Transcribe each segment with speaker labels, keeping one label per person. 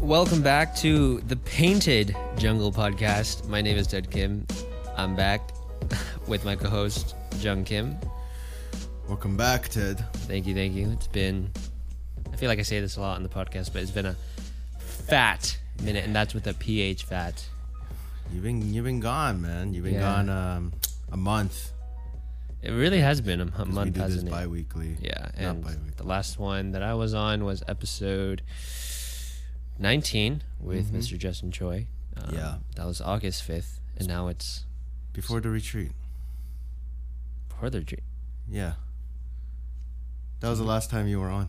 Speaker 1: Welcome back to the Painted Jungle Podcast. My name is Ted Kim. I'm back with my co-host Jung Kim.
Speaker 2: Welcome back, Ted.
Speaker 1: Thank you, thank you. It's been I feel like I say this a lot on the podcast, but it's been a fat minute, and that's with a ph fat.
Speaker 2: You've been you've been gone, man. You've been
Speaker 1: Yeah.
Speaker 2: gone um, a month.
Speaker 1: It really has been a, a
Speaker 2: 'cause
Speaker 1: month,
Speaker 2: we do this
Speaker 1: hasn't it?
Speaker 2: bi-weekly.
Speaker 1: Yeah,
Speaker 2: not
Speaker 1: and
Speaker 2: bi-weekly.
Speaker 1: the last one that I was on was episode 19 with Mr. Justin Choi. Um,
Speaker 2: Mm-hmm. Yeah.
Speaker 1: that was August 5th, and now it's
Speaker 2: Before the retreat.
Speaker 1: further. dr-
Speaker 2: Yeah. That was the last time you were on.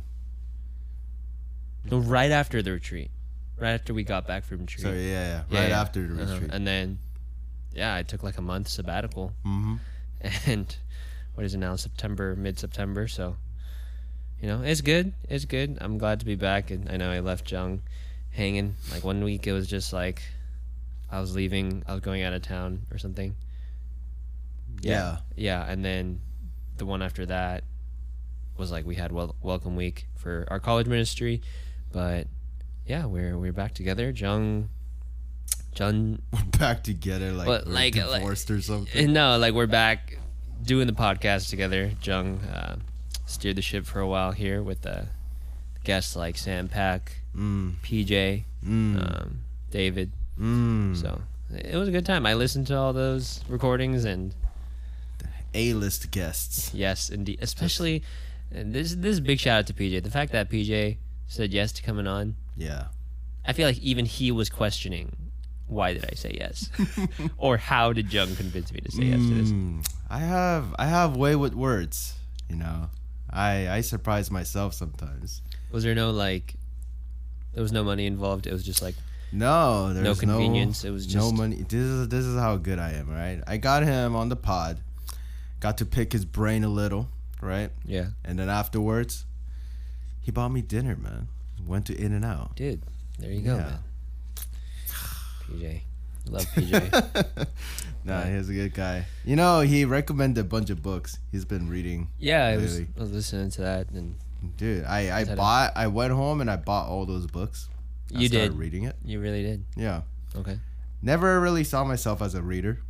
Speaker 1: No, right after the retreat, right after we got back from retreat.
Speaker 2: So yeah, yeah,
Speaker 1: Yeah,
Speaker 2: right
Speaker 1: yeah.
Speaker 2: after the
Speaker 1: Uh-huh.
Speaker 2: retreat.
Speaker 1: And then, yeah, I took like a month sabbatical,
Speaker 2: hmm
Speaker 1: and what is it now? September, mid September. So, you know, it's good. It's good. I'm glad to be back, and I know I left Jung hanging. Like one week, it was just like I was leaving. I was going out of town or something.
Speaker 2: Yeah.
Speaker 1: Yeah, and then the one after that was like we had wel- welcome week for our college ministry, but yeah, we're we're back together. Jung, Jung,
Speaker 2: We're back together, like
Speaker 1: But,
Speaker 2: we're
Speaker 1: like- like-
Speaker 2: divorced or something.
Speaker 1: no, like we're back doing the podcast together. Jung uh, steered the ship for a while here with uh, guests like Sam Pack,
Speaker 2: Mm,
Speaker 1: PJ,
Speaker 2: mm,
Speaker 1: um, David.
Speaker 2: mm.
Speaker 1: So it was a good time. I listened to all those recordings and
Speaker 2: A-list guests.
Speaker 1: Yes, indeed. Especially and this. This is a big shout out to PJ. The fact that PJ said yes to coming on,
Speaker 2: Yeah.
Speaker 1: I feel like even he was questioning, why did I say yes, or how did Jung convince me to say yes to this?
Speaker 2: Mm, I have I have way with words. You know, I I surprise myself sometimes.
Speaker 1: Was there no like? There was no money involved. It was just like
Speaker 2: No, there's no
Speaker 1: convenience, it was
Speaker 2: no
Speaker 1: just-
Speaker 2: money. This is this is how good I am, right? I got him on the pod, got to pick his brain a little, right?
Speaker 1: yeah,
Speaker 2: And then afterwards, he bought me dinner, man. Went to In and Out.
Speaker 1: dude. There you go,
Speaker 2: Yeah.
Speaker 1: man. PJ, love PJ.
Speaker 2: Nah, he's a good guy. You know, he recommended a bunch of books he's been reading.
Speaker 1: yeah, I was,
Speaker 2: Really?
Speaker 1: I was listening to that, and
Speaker 2: Dude, I I
Speaker 1: Is that a-
Speaker 2: bought I went home and I bought all those books. I
Speaker 1: You
Speaker 2: started
Speaker 1: did.
Speaker 2: reading it.
Speaker 1: you really did.
Speaker 2: Yeah.
Speaker 1: Okay.
Speaker 2: Never really saw myself as a reader.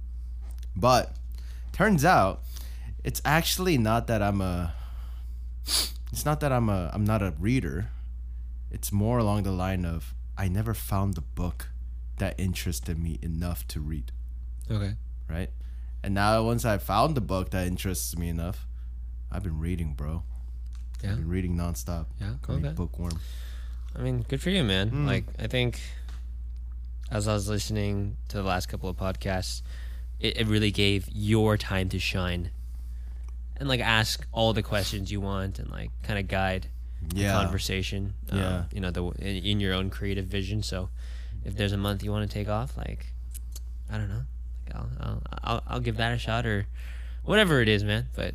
Speaker 2: But turns out it's actually not that I'm a it's not that I'm a I'm not a reader. It's more along the line of I never found the book that interested me enough to read,
Speaker 1: Okay.
Speaker 2: right? And now once I found the book that interests me enough, I've been reading, bro.
Speaker 1: Yeah.
Speaker 2: I've been reading nonstop.
Speaker 1: Yeah,
Speaker 2: Call me
Speaker 1: okay.
Speaker 2: bookworm.
Speaker 1: I mean, good for you, man.
Speaker 2: Mm.
Speaker 1: Like, I think as I was listening to the last couple of podcasts, it, it really gave your time to shine and like ask all the questions you want and like kind of guide
Speaker 2: Yeah.
Speaker 1: conversation. um,
Speaker 2: Yeah.
Speaker 1: you know, the in, in your own creative vision. So, if there's a month you want to take off, like, I don't know, like I'll I'll, I'll I'll give that a shot or whatever it is, man. But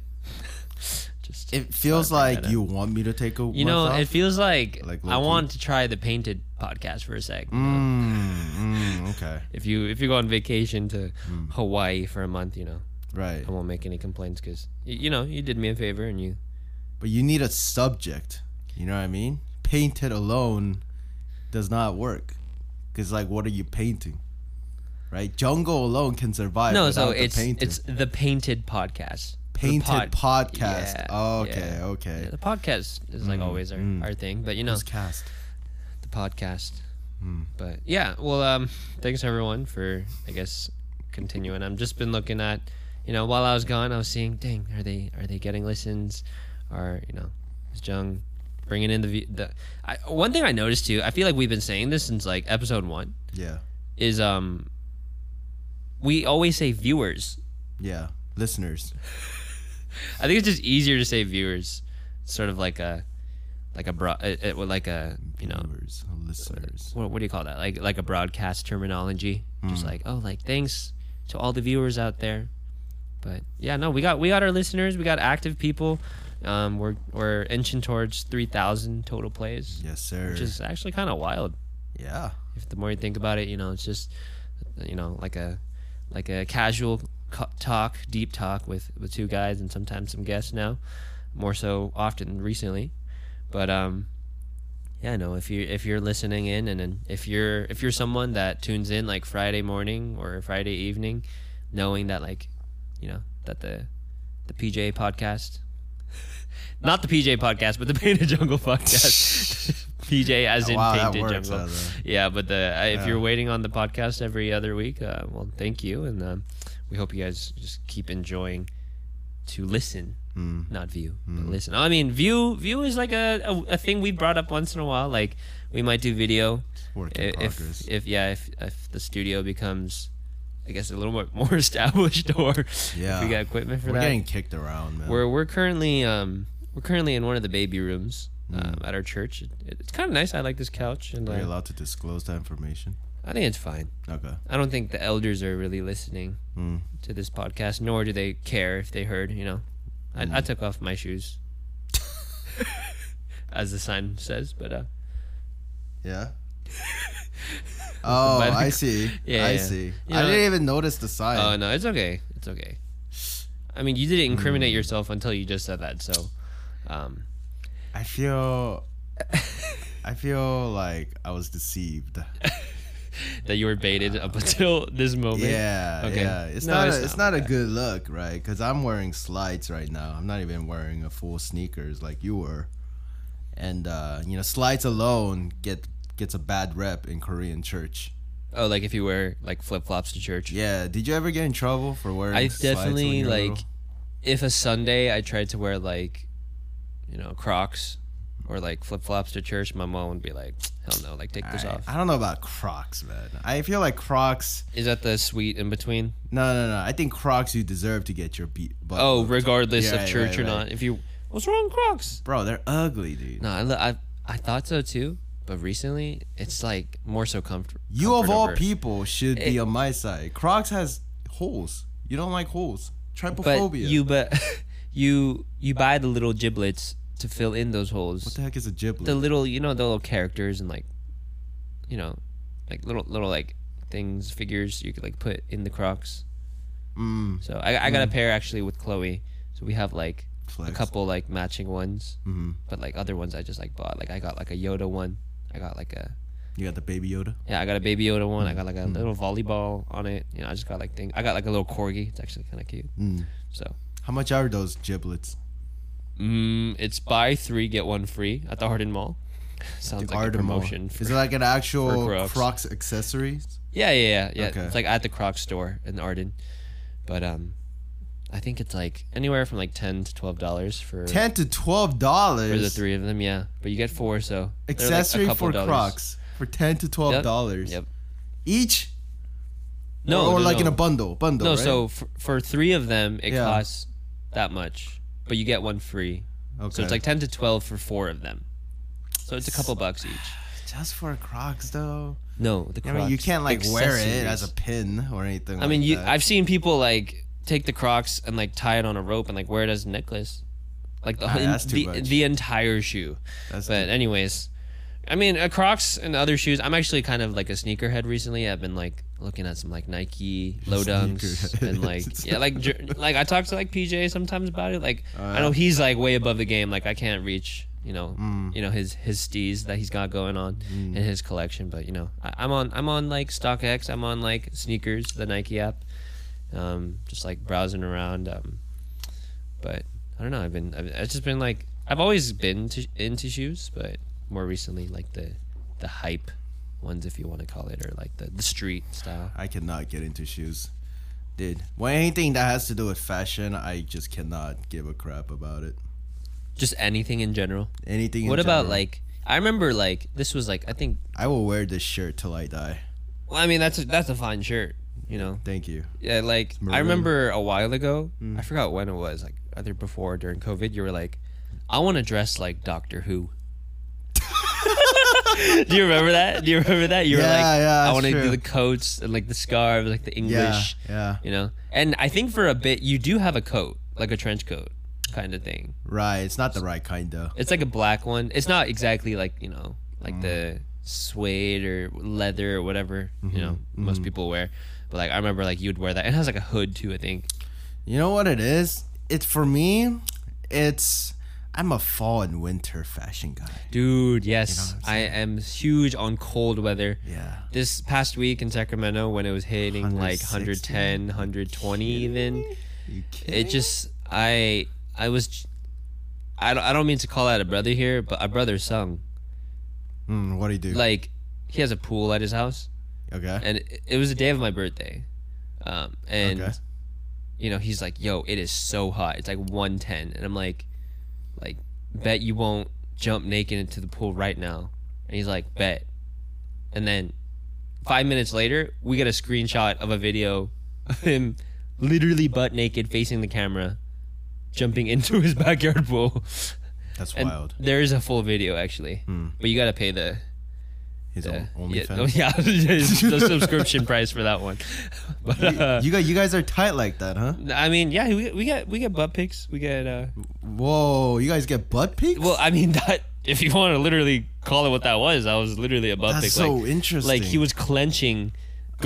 Speaker 1: just
Speaker 2: It feels
Speaker 1: Sorry,
Speaker 2: like
Speaker 1: I
Speaker 2: you want me to take a
Speaker 1: you know, it
Speaker 2: month
Speaker 1: feels like,
Speaker 2: Like
Speaker 1: I
Speaker 2: low-key?
Speaker 1: want to try the painted podcast for a sec. you know?
Speaker 2: off? Mm, mm, okay.
Speaker 1: If you if you go on vacation to
Speaker 2: Mm.
Speaker 1: Hawaii for a month, you know,
Speaker 2: Right.
Speaker 1: I won't make any complaints because you know you did me a favor and you.
Speaker 2: but you need a subject. You know what I mean? Painted alone does not work. Cause like, what are you painting? Right? Jungle alone can survive.
Speaker 1: No,
Speaker 2: without
Speaker 1: so
Speaker 2: the
Speaker 1: it's
Speaker 2: painting.
Speaker 1: it's the painted podcast. The
Speaker 2: painted
Speaker 1: pod-
Speaker 2: podcast.
Speaker 1: Yeah,
Speaker 2: oh, okay,
Speaker 1: yeah.
Speaker 2: okay.
Speaker 1: Yeah, the podcast is
Speaker 2: Mm.
Speaker 1: like always our, our thing, but you know
Speaker 2: Who's cast?
Speaker 1: the podcast. But yeah, well, um, thanks everyone for I guess continuing. I'm just been looking at, you know, while I was gone, I was seeing, dang, are they are they getting listens? Are you know, is Jung bringing in the view- the? I, one thing I noticed too, I feel like we've been saying this since like episode one
Speaker 2: Yeah,
Speaker 1: is um. We always say viewers.
Speaker 2: yeah. Listeners.
Speaker 1: I think it's just easier to say viewers, sort of like a, like a broad, like a you know
Speaker 2: viewers, listeners.
Speaker 1: what, what do you call that? Like like a broadcast terminology. Just like oh, like thanks to all the viewers out there. But yeah, no, we got we got our listeners, we got active people. Um, we're we're inching towards three thousand total plays,
Speaker 2: Yes, sir.
Speaker 1: which is actually kind of wild.
Speaker 2: yeah,
Speaker 1: If the more you think about it, you know, it's just you know like a like a casual co- talk, deep talk with with two guys and sometimes some guests now, more so often recently. But um, yeah, no. If you if you're listening in, and then if you're if you're someone that tunes in like Friday morning or Friday evening, knowing that like, you know that the the PJ podcast, not the PJ podcast, but the Painted Jungle podcast, PJ as in
Speaker 2: Wow, that
Speaker 1: Painted
Speaker 2: works,
Speaker 1: Jungle.
Speaker 2: Ezra.
Speaker 1: Yeah, but the I if
Speaker 2: Yeah.
Speaker 1: you're waiting on the podcast every other week, uh, well, thank you, and um, we hope you guys just keep enjoying to listen
Speaker 2: Mm.
Speaker 1: not view but listen i mean view view is like a, a, a thing we brought up once in a while like we might do video
Speaker 2: Work in progress.
Speaker 1: if, if yeah if, if the studio becomes i guess a little more, more established or if
Speaker 2: Yeah.
Speaker 1: we got equipment for
Speaker 2: We're
Speaker 1: that
Speaker 2: getting uh, kicked around, man.
Speaker 1: we're we're currently um we're currently in one of the baby rooms
Speaker 2: Mm.
Speaker 1: um, at our church it, it's kind of nice i like this couch and
Speaker 2: Are you
Speaker 1: uh,
Speaker 2: allowed to disclose that information?
Speaker 1: i think it's fine
Speaker 2: Okay.
Speaker 1: i don't think the elders are really listening
Speaker 2: Mm.
Speaker 1: to this podcast nor do they care if they heard you know i, I took off my shoes as the sign says but uh
Speaker 2: Yeah. oh,
Speaker 1: But-
Speaker 2: I see.
Speaker 1: Yeah,
Speaker 2: I
Speaker 1: yeah.
Speaker 2: see.
Speaker 1: You
Speaker 2: I
Speaker 1: know-
Speaker 2: didn't even notice the sign.
Speaker 1: oh no it's okay it's okay i mean you didn't incriminate yourself until you just said that so um
Speaker 2: I feel. I feel like I was deceived.
Speaker 1: that you were baited up until this moment
Speaker 2: Yeah,
Speaker 1: Okay.
Speaker 2: yeah. It's
Speaker 1: No,
Speaker 2: not.
Speaker 1: it's
Speaker 2: a, it's
Speaker 1: not
Speaker 2: not a good look, right? Because I'm wearing slides right now. I'm not even wearing a full sneakers like you were. And uh, you know, slides alone get gets a bad rep in Korean church.
Speaker 1: oh like if you wear like flip-flops to church
Speaker 2: Yeah. Did you ever get in trouble for wearing?
Speaker 1: I
Speaker 2: slides when
Speaker 1: definitely
Speaker 2: you were
Speaker 1: like
Speaker 2: little?
Speaker 1: if a Sunday I tried to wear like you know Crocs or like flip flops to church, my mom would be like, "Hell no! Like take this
Speaker 2: I-
Speaker 1: off."
Speaker 2: I don't know about Crocs, man. I feel like Crocs.
Speaker 1: Is that the sweet in between?
Speaker 2: No, no, no. I think Crocs. You deserve to get your beat. Butt
Speaker 1: Oh,
Speaker 2: whooped.
Speaker 1: regardless
Speaker 2: Yeah,
Speaker 1: of
Speaker 2: right,
Speaker 1: church
Speaker 2: right,
Speaker 1: or
Speaker 2: right.
Speaker 1: not, if you what's wrong with Crocs?
Speaker 2: bro, they're ugly, dude.
Speaker 1: No, I, lo- I I thought so too, but recently it's like more so comfortable.
Speaker 2: you of all people should be on my side. Crocs has holes. You don't like holes. Trypophobia.
Speaker 1: but you but you you buy the little giblets to fill in those holes.
Speaker 2: what the heck is a giblet?
Speaker 1: the little you know the little characters and like you know like little little like things figures you could like put in the crocs
Speaker 2: mm,
Speaker 1: so i, I got a pair actually with chloe so we have like a
Speaker 2: Flex.
Speaker 1: couple like matching ones
Speaker 2: Mhm.
Speaker 1: but like other ones i just like bought like i got like a yoda one i got like a
Speaker 2: You got the baby Yoda.
Speaker 1: yeah i got a baby yoda one
Speaker 2: Mm.
Speaker 1: i got like a little volleyball on it you know i just got like thing i got like a little corgi it's actually kind of cute
Speaker 2: Mm.
Speaker 1: so
Speaker 2: How much are those giblets?
Speaker 1: mm, it's buy three get one free at the Hardin mall sounds like a
Speaker 2: Ardmore.
Speaker 1: promotion for-
Speaker 2: Is it like an actual
Speaker 1: for Crocs.
Speaker 2: Crocs. accessories?
Speaker 1: Yeah, yeah, yeah, yeah.
Speaker 2: Okay.
Speaker 1: It's like at the Crocs store in Arden, but um, I think it's like anywhere from like ten to twelve dollars for
Speaker 2: Ten to twelve
Speaker 1: for the
Speaker 2: dollars.
Speaker 1: three of them. Yeah, but you get four, so they're, like, a
Speaker 2: accessory
Speaker 1: couple
Speaker 2: for
Speaker 1: dollars.
Speaker 2: Crocs for ten to twelve
Speaker 1: Yep,
Speaker 2: dollars
Speaker 1: Yep.
Speaker 2: each.
Speaker 1: No,
Speaker 2: or, or
Speaker 1: no,
Speaker 2: like
Speaker 1: no.
Speaker 2: in a bundle. Bundle.
Speaker 1: No,
Speaker 2: right?
Speaker 1: so for, for three of them, it
Speaker 2: Yeah.
Speaker 1: costs that much, but you get one free.
Speaker 2: okay.
Speaker 1: So it's like ten to twelve for four of them. So it's a couple bucks each.
Speaker 2: just for Crocs though.
Speaker 1: No, the
Speaker 2: I
Speaker 1: Crocs.
Speaker 2: mean, you can't like wear it
Speaker 1: accessories.
Speaker 2: as a pin or anything.
Speaker 1: I mean, you, I've seen people like take the Crocs and like tie it on a rope and like wear it as a necklace, like the
Speaker 2: Ah, that's too
Speaker 1: the,
Speaker 2: much.
Speaker 1: the entire shoe.
Speaker 2: That's
Speaker 1: but anyways, I mean, uh, Crocs and other shoes. I'm actually kind of like a sneakerhead recently. I've been like looking at some like Nike low dunks
Speaker 2: sneakerhead.
Speaker 1: and like yeah, like jer- like I talk to like PJ sometimes about it. Like I know
Speaker 2: yeah.
Speaker 1: Oh, he's like way above the game. Like I can't reach. You know,
Speaker 2: Mm.
Speaker 1: you know his his stees that he's got going on in his collection, but you know, I, I'm on I'm on like StockX, I'm on like sneakers, the Nike app, um, just like browsing around. Um, but I don't know. I've been. I've, it's just been like I've always been to, into shoes, but more recently, like the the hype ones, if you want to call it, or like the, the street style.
Speaker 2: I cannot get into shoes, dude. When anything that has to do with fashion, I just cannot give a crap about it.
Speaker 1: Just anything in general.
Speaker 2: Anything. in
Speaker 1: what about
Speaker 2: general.
Speaker 1: like? I remember like this was like I think.
Speaker 2: I will wear this shirt till I die.
Speaker 1: Well, I mean that's a, that's a fine shirt, you know.
Speaker 2: Thank you.
Speaker 1: Yeah, like I
Speaker 2: maroon. Mm.
Speaker 1: remember a while ago. I forgot when it was. Like either before or during COVID, you were like, "I want to dress like Doctor Who." do you remember that? Do you remember that? You were
Speaker 2: Yeah,
Speaker 1: like,
Speaker 2: yeah,
Speaker 1: "I
Speaker 2: that's
Speaker 1: want to do
Speaker 2: true.
Speaker 1: the coats and like the scarves, like the English."
Speaker 2: Yeah, yeah.
Speaker 1: You know, and I think for a bit you do have a coat, like a trench coat kind of thing.
Speaker 2: Right. It's not the right kind though.
Speaker 1: It's like a black one. It's not exactly like you know, like
Speaker 2: Mm.
Speaker 1: the suede or leather or whatever
Speaker 2: Mm-hmm.
Speaker 1: you know most people wear. But like I remember, like you'd wear that. It has like a hood too, I think.
Speaker 2: You know what it is? It's for me. It's. I I'm a fall and winter fashion guy.
Speaker 1: Dude, yes.
Speaker 2: You know what
Speaker 1: I am huge on cold weather.
Speaker 2: Yeah.
Speaker 1: This past week in Sacramento when it was hitting like
Speaker 2: 160.
Speaker 1: 110, 120 even,
Speaker 2: You kidding?
Speaker 1: it just I I was I don't, I don't mean to call out a brother here, but a brother sung.
Speaker 2: Mm, what do you do?
Speaker 1: Like he has a pool at his house
Speaker 2: okay.
Speaker 1: and it, it was the day of my birthday. Um and
Speaker 2: okay.
Speaker 1: you know, he's like, "Yo, it is so hot. It's like 110." And I'm like, like, "Bet you won't jump naked into the pool right now." And he's like, "Bet." And then 5 minutes later, we get a screenshot of a video of him literally butt naked facing the camera jumping into his backyard pool.
Speaker 2: That's
Speaker 1: And
Speaker 2: wild. Hmm.
Speaker 1: there is a full video actually. But you got to pay the
Speaker 2: His
Speaker 1: the,
Speaker 2: own
Speaker 1: yeah,
Speaker 2: OnlyFans.
Speaker 1: oh, yeah, the subscription price for that one. But uh,
Speaker 2: you guys, you guys are tight like that, huh?
Speaker 1: I mean, yeah, we, we get we get butt pics. We get uh
Speaker 2: Whoa, you guys get butt pics?
Speaker 1: well, I mean that if you want to literally call it what that was, I was literally a butt
Speaker 2: That's
Speaker 1: pic.
Speaker 2: so
Speaker 1: like,
Speaker 2: interesting.
Speaker 1: like he was clenching,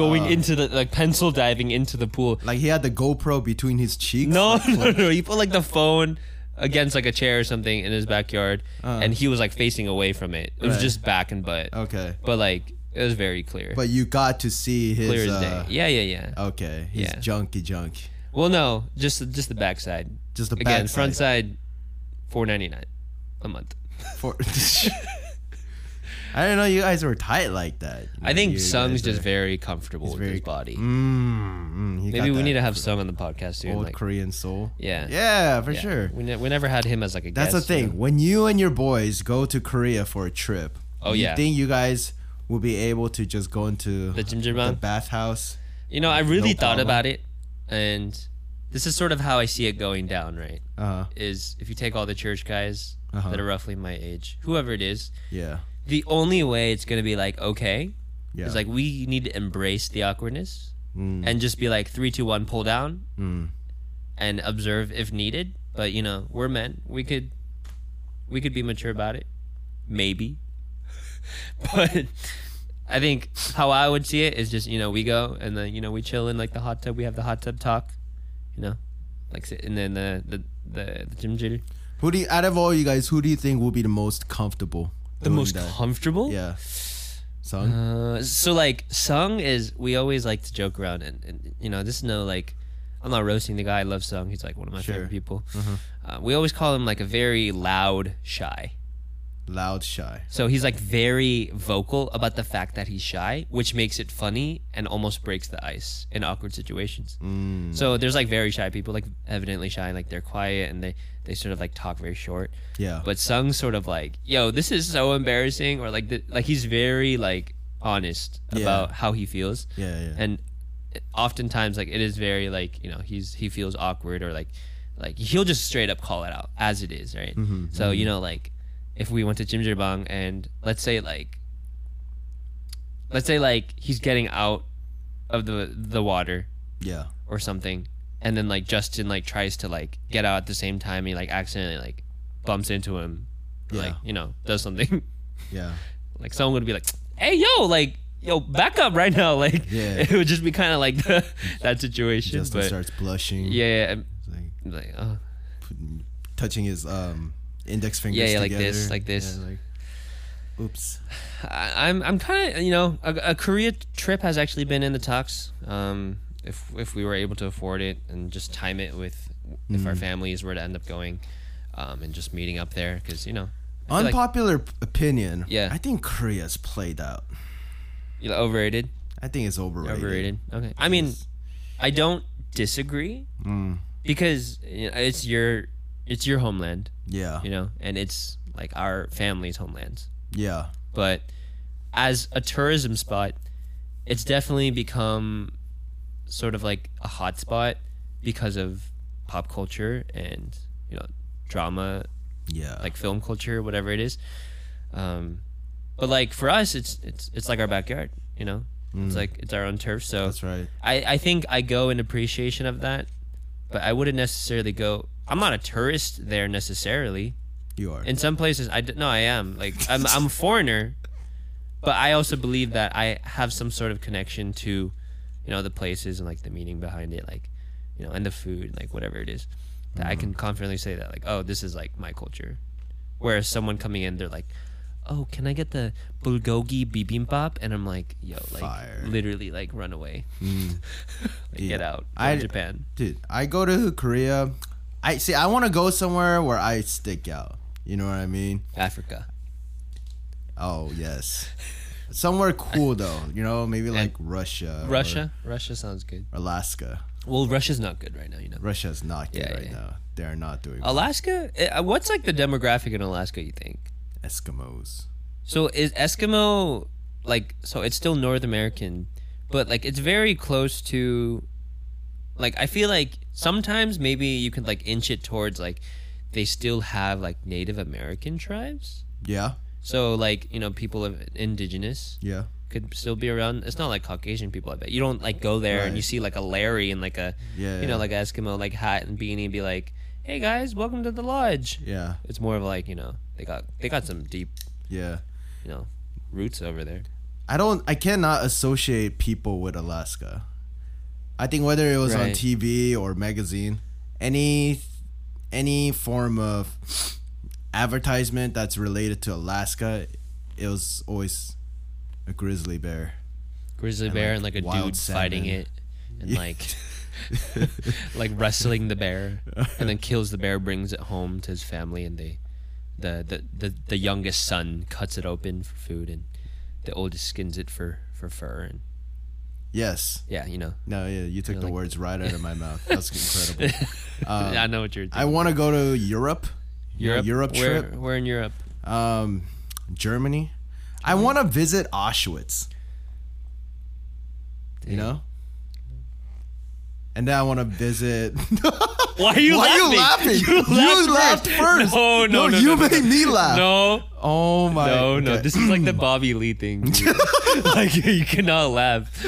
Speaker 1: going into the like pencil diving into the pool.
Speaker 2: like he had the GoPro between his cheeks.
Speaker 1: No,
Speaker 2: like,
Speaker 1: no, no. He put like the phone against like a chair or something in his backyard, and he was like facing away from it. It was
Speaker 2: Right.
Speaker 1: just back and butt.
Speaker 2: Okay,
Speaker 1: But like it was very clear,
Speaker 2: but you got to see his.
Speaker 1: clear as
Speaker 2: uh,
Speaker 1: day. Yeah, yeah, yeah.
Speaker 2: Okay, he's
Speaker 1: Yeah.
Speaker 2: junky junk.
Speaker 1: Well, no, just the- just the backside.
Speaker 2: Just the
Speaker 1: Again,
Speaker 2: back
Speaker 1: front side, four ninety nine a month.
Speaker 2: For- I didn't know you guys were tight like that. You
Speaker 1: I
Speaker 2: know,
Speaker 1: think
Speaker 2: you
Speaker 1: Sung's
Speaker 2: guys
Speaker 1: just
Speaker 2: are-
Speaker 1: very comfortable with
Speaker 2: very-
Speaker 1: his body.
Speaker 2: Mm, mm, he
Speaker 1: Maybe
Speaker 2: got
Speaker 1: we
Speaker 2: that
Speaker 1: need to have Sung on the podcast soon.
Speaker 2: old
Speaker 1: like,
Speaker 2: Korean soul.
Speaker 1: yeah,
Speaker 2: Yeah, for
Speaker 1: yeah.
Speaker 2: sure.
Speaker 1: We, ne- we never had him as like a
Speaker 2: That's
Speaker 1: guest.
Speaker 2: the
Speaker 1: you
Speaker 2: thing.
Speaker 1: know?
Speaker 2: When you and your boys go to Korea for a trip,
Speaker 1: Oh,
Speaker 2: you
Speaker 1: yeah.
Speaker 2: think you guys will be able to just go into
Speaker 1: The
Speaker 2: the
Speaker 1: Jimjiman.
Speaker 2: bathhouse?
Speaker 1: You know, I really
Speaker 2: No
Speaker 1: thought
Speaker 2: problem.
Speaker 1: about it, and this is sort of how I see it going down. Right?
Speaker 2: Uh,
Speaker 1: Is if you take all the church guys
Speaker 2: Uh-huh.
Speaker 1: that are roughly my age, whoever it is,
Speaker 2: yeah,
Speaker 1: the only way it's gonna be like okay
Speaker 2: yeah.
Speaker 1: is like we need to embrace the awkwardness
Speaker 2: Mm,
Speaker 1: and just be like three, two, one, pull down
Speaker 2: mm.
Speaker 1: and observe if needed. But you know, we're men. We could we could be mature about it. Maybe. but I think how I would see it is just, you know, we go and then, you know, we chill in like the hot tub, we have the hot tub talk, you know. Like sit and then the the the, the gym jitter.
Speaker 2: Who do you, out of all you guys, who do you think will be the most comfortable?
Speaker 1: The
Speaker 2: doing
Speaker 1: most
Speaker 2: that?
Speaker 1: comfortable?
Speaker 2: yeah. Song.
Speaker 1: Uh, so like Sung is we always like to joke around and, and you know this is no like I'm not roasting the guy I love Sung he's like one of my
Speaker 2: Sure. Mm-hmm.
Speaker 1: favorite people uh, we always call him like a very loud shy
Speaker 2: Loud, shy.
Speaker 1: so he's like very vocal about the fact that he's shy which makes it funny and almost breaks the ice in awkward situations
Speaker 2: Mm,
Speaker 1: so there's like very shy people like evidently shy like they're quiet and they they sort of like talk very short
Speaker 2: yeah.
Speaker 1: but Sung's sort of like, yo, this is so embarrassing, or like, th- like he's very like honest
Speaker 2: Yeah.
Speaker 1: about how he feels,
Speaker 2: yeah, yeah.
Speaker 1: and oftentimes like it is very like you know he's he feels awkward or like like he'll just straight up call it out as it is, right?
Speaker 2: Mm-hmm,
Speaker 1: So you know like if we went to Jim Bang and let's say like let's say like he's getting out of the the water
Speaker 2: yeah.
Speaker 1: or something and then like justin like tries to like get out at the same time he like accidentally like bumps into him or,
Speaker 2: Yeah.
Speaker 1: like you know does something
Speaker 2: Yeah.
Speaker 1: like someone would be like hey yo like yo back up right now like
Speaker 2: Yeah.
Speaker 1: it would just be kind of like the, that situation
Speaker 2: Justin
Speaker 1: but
Speaker 2: starts blushing.
Speaker 1: yeah, yeah I'm-
Speaker 2: It's Like
Speaker 1: I'm like oh
Speaker 2: putting, touching his um index fingers.
Speaker 1: yeah, like
Speaker 2: together.
Speaker 1: this, like this.
Speaker 2: Yeah, like, oops.
Speaker 1: I, i'm i'm kind of you know a, a korea trip has actually been in the talks um if if we were able to afford it and just time it with if
Speaker 2: Mm-hmm.
Speaker 1: our families were to end up going um and just meeting up there because you know I feel like-
Speaker 2: Unpopular p- opinion.
Speaker 1: Yeah.
Speaker 2: I think Korea's played out.
Speaker 1: You know, overrated.
Speaker 2: I think it's overrated.
Speaker 1: Overrated. Okay. I mean, I don't disagree
Speaker 2: Mm,
Speaker 1: because you know, it's your it's your homeland,
Speaker 2: yeah.
Speaker 1: you know, and it's like our family's homelands.
Speaker 2: Yeah.
Speaker 1: But as a tourism spot, it's definitely become sort of like a hot spot because of pop culture and you know drama
Speaker 2: Yeah.
Speaker 1: like film culture, whatever it is. Um, but like for us, it's it's it's like our backyard, you know. It's like it's our own turf. So
Speaker 2: that's right.
Speaker 1: I I think I go in appreciation of that, but I wouldn't necessarily go. I'm not a tourist there necessarily.
Speaker 2: You are.
Speaker 1: In some places, I d- no, I am like I'm I'm a foreigner, but I also believe that I have some sort of connection to, you know, the places and like the meaning behind it, like, you know, and the food, like whatever it is. that I can
Speaker 2: Mm-hmm.
Speaker 1: confidently say that like, oh, this is like my culture. Whereas someone coming in, they're like, oh, can I get the bulgogi bibimbap? And I'm like, yo, like
Speaker 2: Fire. Mm.
Speaker 1: literally like run away, like, get
Speaker 2: Yeah.
Speaker 1: out, go
Speaker 2: I-
Speaker 1: to Japan.
Speaker 2: dude i go to korea i see i want to go somewhere where i stick out you know what i mean
Speaker 1: Africa.
Speaker 2: oh yes somewhere cool though you know maybe like russia or
Speaker 1: Russia? Russia sounds good.
Speaker 2: alaska
Speaker 1: Well, Russia's not good right now, you know.
Speaker 2: russia's not good
Speaker 1: Yeah,
Speaker 2: right
Speaker 1: yeah.
Speaker 2: now they're not doing
Speaker 1: Alaska, eh, what's like the demographic in Alaska, you think?
Speaker 2: eskimos
Speaker 1: So is Eskimo like so it's still North American, but like it's very close to like I feel like sometimes maybe you can like inch it towards like they still have like Native American tribes.
Speaker 2: yeah
Speaker 1: So like, you know, people of indigenous
Speaker 2: yeah
Speaker 1: could still be around. It's not like Caucasian people, I bet. You don't like go there
Speaker 2: Right.
Speaker 1: and you see like a Larry and like a
Speaker 2: Yeah,
Speaker 1: you
Speaker 2: yeah.
Speaker 1: know, like a Eskimo like hat and beanie and be like, Hey guys, welcome to the lodge.
Speaker 2: yeah
Speaker 1: It's more of like, you know, they got they got some deep
Speaker 2: yeah
Speaker 1: you know roots over there.
Speaker 2: i don't i cannot associate people with alaska i think whether it was on
Speaker 1: Right.
Speaker 2: tv or magazine any any form of advertisement that's related to alaska it was always a grizzly bear
Speaker 1: Grizzly bear and
Speaker 2: like,
Speaker 1: like a
Speaker 2: wild
Speaker 1: dude fighting
Speaker 2: salmon.
Speaker 1: it and like like wrestling the bear and then kills the bear, brings it home to his family, and they the the the, the youngest son cuts it open for food and the oldest skins it for for fur and
Speaker 2: yes
Speaker 1: yeah, you know.
Speaker 2: no yeah you took the
Speaker 1: like-
Speaker 2: words right out of my mouth that's incredible
Speaker 1: Um,
Speaker 2: Uh,
Speaker 1: I know what you're. Thinking.
Speaker 2: i want to go to europe
Speaker 1: Europe,
Speaker 2: Europe
Speaker 1: where,
Speaker 2: trip?
Speaker 1: Where in Europe?
Speaker 2: um germany i want to visit auschwitz you know and then i want to visit
Speaker 1: Why are you
Speaker 2: Why are you
Speaker 1: laughing?
Speaker 2: laughing? You laughed first.
Speaker 1: No, no, no. no,
Speaker 2: you
Speaker 1: no,
Speaker 2: made me laugh.
Speaker 1: no.
Speaker 2: Oh my.
Speaker 1: No, no,
Speaker 2: okay.
Speaker 1: this is like the Bobby Lee thing. dude. like you cannot laugh.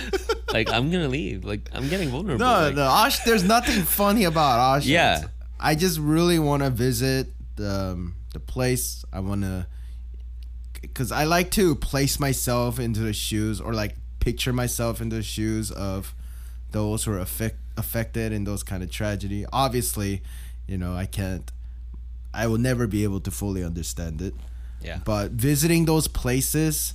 Speaker 1: Like I'm gonna leave. Like I'm getting vulnerable.
Speaker 2: no,
Speaker 1: Like,
Speaker 2: no. Osh, there's nothing funny about Auschwitz.
Speaker 1: Yeah.
Speaker 2: I just really want to visit the um, the place. I want to, cause I like to place myself into the shoes or like picture myself into the shoes of those who are affect, affected in those kind of tragedy. Obviously, you know I can't. I will never be able to fully understand it.
Speaker 1: Yeah.
Speaker 2: but visiting those places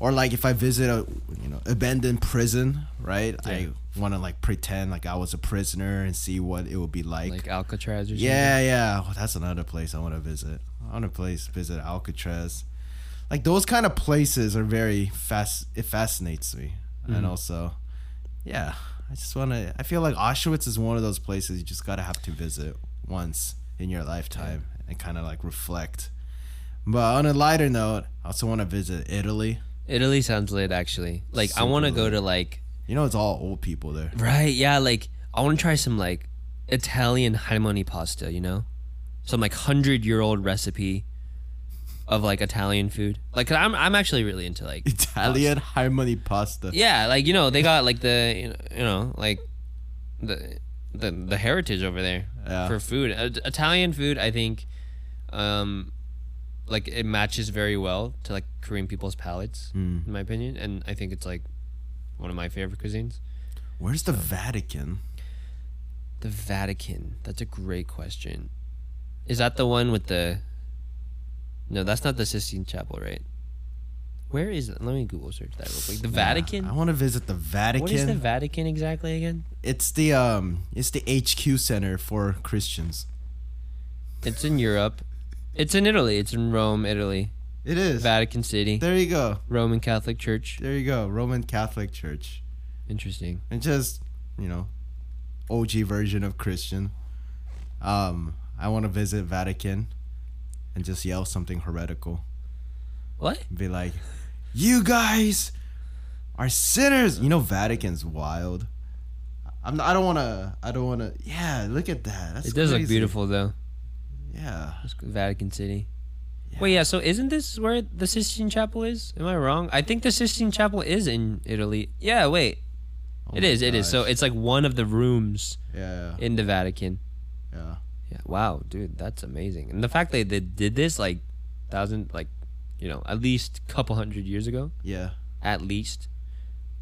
Speaker 2: or like if i visit a you know abandoned prison right i want to like pretend like i was a prisoner and see what it would be like,
Speaker 1: Like Alcatraz or something.
Speaker 2: yeah yeah oh, that's another place i want to visit i want to place visit alcatraz like those kind of places are very fast it fascinates me and also yeah i just want to i feel like auschwitz is one of those places you just gotta have to visit once in your lifetime and kind of like reflect but on a lighter note, I also want to visit Italy.
Speaker 1: Italy sounds lit actually. Like I
Speaker 2: Super
Speaker 1: wanna go
Speaker 2: lit.
Speaker 1: to like
Speaker 2: You know, it's all old people there.
Speaker 1: Right, yeah, like I wanna try some like Italian halloumi pasta, you know? Some like hundred year old recipe of like Italian food. Like 'cause I'm I'm actually really into like
Speaker 2: Italian harmony pasta.
Speaker 1: Yeah, like you know, they got like the you know, you know like the the the heritage over there
Speaker 2: Yeah.
Speaker 1: for food. Uh, Italian food, I think, um, like it matches very well to like Korean people's palates,
Speaker 2: Mm.
Speaker 1: in my opinion, and I think it's like one of my favorite cuisines.
Speaker 2: Where's
Speaker 1: Um,
Speaker 2: the Vatican?
Speaker 1: The Vatican. That's a great question. Is that the one with the? No, that's not the Sistine Chapel, right? Where is it? Let me Google search that real quick. The Vatican.
Speaker 2: I want to visit the Vatican.
Speaker 1: What is the Vatican exactly again?
Speaker 2: it's the um, it's the HQ center for Christians.
Speaker 1: It's in Europe. It's in Italy. It's in Rome, Italy.
Speaker 2: It is.
Speaker 1: Vatican City.
Speaker 2: there you go.
Speaker 1: Roman Catholic Church.
Speaker 2: There you go. Roman Catholic Church.
Speaker 1: Interesting.
Speaker 2: And just you know, OG version of Christian. Um, I want to visit Vatican, and just yell something heretical.
Speaker 1: What?
Speaker 2: be like, "You guys are sinners." You know, Vatican's wild. I'm. Not, I don't want to. I don't want to. Yeah, look at that. That's
Speaker 1: it does look
Speaker 2: crazy.
Speaker 1: beautiful though.
Speaker 2: Yeah.
Speaker 1: It's Vatican City. Wait, yeah. So isn't this where the Sistine Chapel is? Am I wrong? I think the Sistine Chapel is in Italy. Yeah. Wait.
Speaker 2: Oh
Speaker 1: It
Speaker 2: my
Speaker 1: is. It is. So
Speaker 2: gosh.
Speaker 1: it's like one of the rooms
Speaker 2: Yeah.
Speaker 1: in the Vatican.
Speaker 2: Yeah.
Speaker 1: Yeah. Wow, dude, that's amazing. And the fact that they did this like thousand, like, you know, at least couple hundred years ago,
Speaker 2: Yeah.
Speaker 1: at least,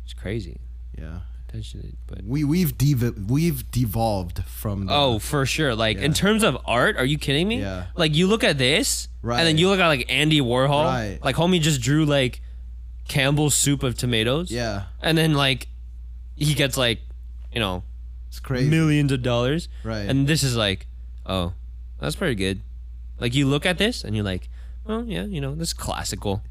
Speaker 1: it's crazy.
Speaker 2: Yeah.
Speaker 1: touched it, but
Speaker 2: We we've dev- we've devolved from the
Speaker 1: oh, for sure. Like in terms of art, are you kidding me?
Speaker 2: Yeah.
Speaker 1: Like you look at this, and
Speaker 2: Right.
Speaker 1: then you look at like Andy Warhol.
Speaker 2: Right.
Speaker 1: Like homie just drew like Campbell's soup of tomatoes.
Speaker 2: yeah,
Speaker 1: And then like he gets like you know
Speaker 2: it's crazy.
Speaker 1: millions of dollars.
Speaker 2: Right.
Speaker 1: And this is like, oh, that's pretty good. Like you look at this and you're like, well, yeah, you know, this is classical.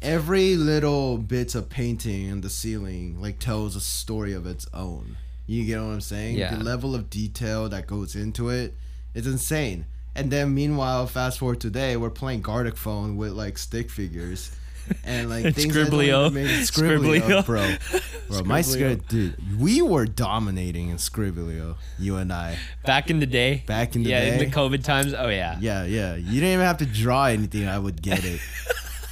Speaker 2: Every little bit of painting in the ceiling like tells a story of its own. You get what I'm saying?
Speaker 1: Yeah.
Speaker 2: The level of detail that goes into it is insane. And then meanwhile, fast forward today, we're playing Gardic phone with like stick figures. And like things that don't
Speaker 1: Scribblio.
Speaker 2: even make- Scribblio,
Speaker 1: Scribblio.
Speaker 2: bro. Bro, my
Speaker 1: Scribblio.
Speaker 2: script, dude. We were dominating in Scribblio, you and I.
Speaker 1: Back in the day.
Speaker 2: Back in the
Speaker 1: yeah,
Speaker 2: day.
Speaker 1: in the COVID times. Oh yeah.
Speaker 2: Yeah, yeah. You didn't even have to draw anything. I would get it.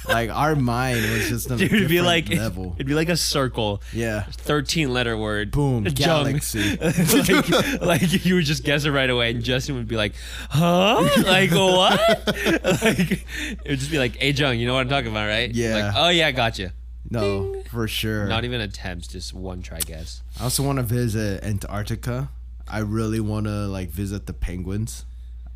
Speaker 2: like our mind was just on a
Speaker 1: Dude, it'd be
Speaker 2: different
Speaker 1: like
Speaker 2: level.
Speaker 1: it'd be like a circle,
Speaker 2: yeah.
Speaker 1: thirteen letter word.
Speaker 2: Boom.
Speaker 1: Jung.
Speaker 2: Galaxy.
Speaker 1: like, like you would just guess it right away, and Justin would be like, "Huh? Like what?" like it would just be like, "Hey, Jung, you know what I'm talking about, right?"
Speaker 2: Yeah.
Speaker 1: Like, oh yeah, gotcha.
Speaker 2: No, for sure.
Speaker 1: Not even attempts, just one try guess.
Speaker 2: I also want to visit Antarctica. I really want to like visit the penguins.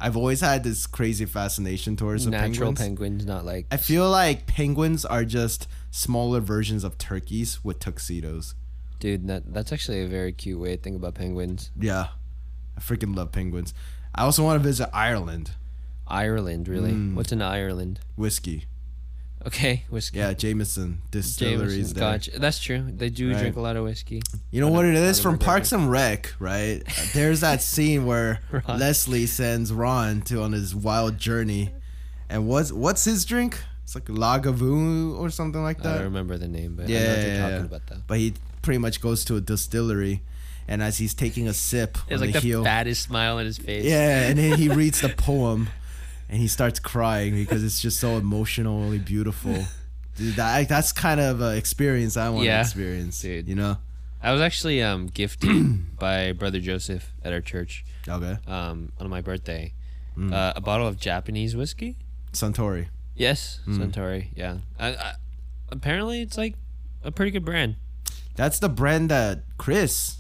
Speaker 2: I've always had this crazy fascination towards the
Speaker 1: Natural
Speaker 2: penguins.
Speaker 1: penguins. not like
Speaker 2: I feel like penguins are just smaller versions of turkeys with tuxedos.
Speaker 1: Dude, that, that's actually a very cute way to think about penguins.
Speaker 2: Yeah. I freaking love penguins. I also want to visit Ireland.
Speaker 1: Ireland, really?
Speaker 2: Mm.
Speaker 1: What's in Ireland?
Speaker 2: Whiskey.
Speaker 1: Okay, whiskey.
Speaker 2: Yeah, Jameson distilleries
Speaker 1: Jameson,
Speaker 2: there.
Speaker 1: gotcha. That's true. They do
Speaker 2: Right.
Speaker 1: drink a lot of whiskey.
Speaker 2: You know what it is from
Speaker 1: remember
Speaker 2: Parks and Rec, right? There's that scene where
Speaker 1: Ron.
Speaker 2: Leslie sends Ron to on his wild journey, and what's what's his drink? It's like Lagavulin or something like
Speaker 1: I don't
Speaker 2: that.
Speaker 1: remember the name, but I know what you're
Speaker 2: Yeah,
Speaker 1: talking about though.
Speaker 2: but he pretty much goes to a distillery, and as he's taking a sip
Speaker 1: It's
Speaker 2: on
Speaker 1: like
Speaker 2: the
Speaker 1: the
Speaker 2: heel,
Speaker 1: fattest smile on his face.
Speaker 2: yeah, and then he reads the poem, and he starts crying because it's just so emotionally beautiful. Dude, that, that's kind of an experience I want to
Speaker 1: Yeah,
Speaker 2: experience.
Speaker 1: dude.
Speaker 2: You know?
Speaker 1: I was actually um, gifted by Brother Joseph at our church
Speaker 2: Okay.
Speaker 1: um, on my birthday
Speaker 2: Hmm.
Speaker 1: uh, a bottle of Japanese whiskey.
Speaker 2: Suntory.
Speaker 1: Yes,
Speaker 2: Hmm.
Speaker 1: Suntory. Yeah. I, I, apparently, it's like a pretty good brand.
Speaker 2: That's the brand that Chris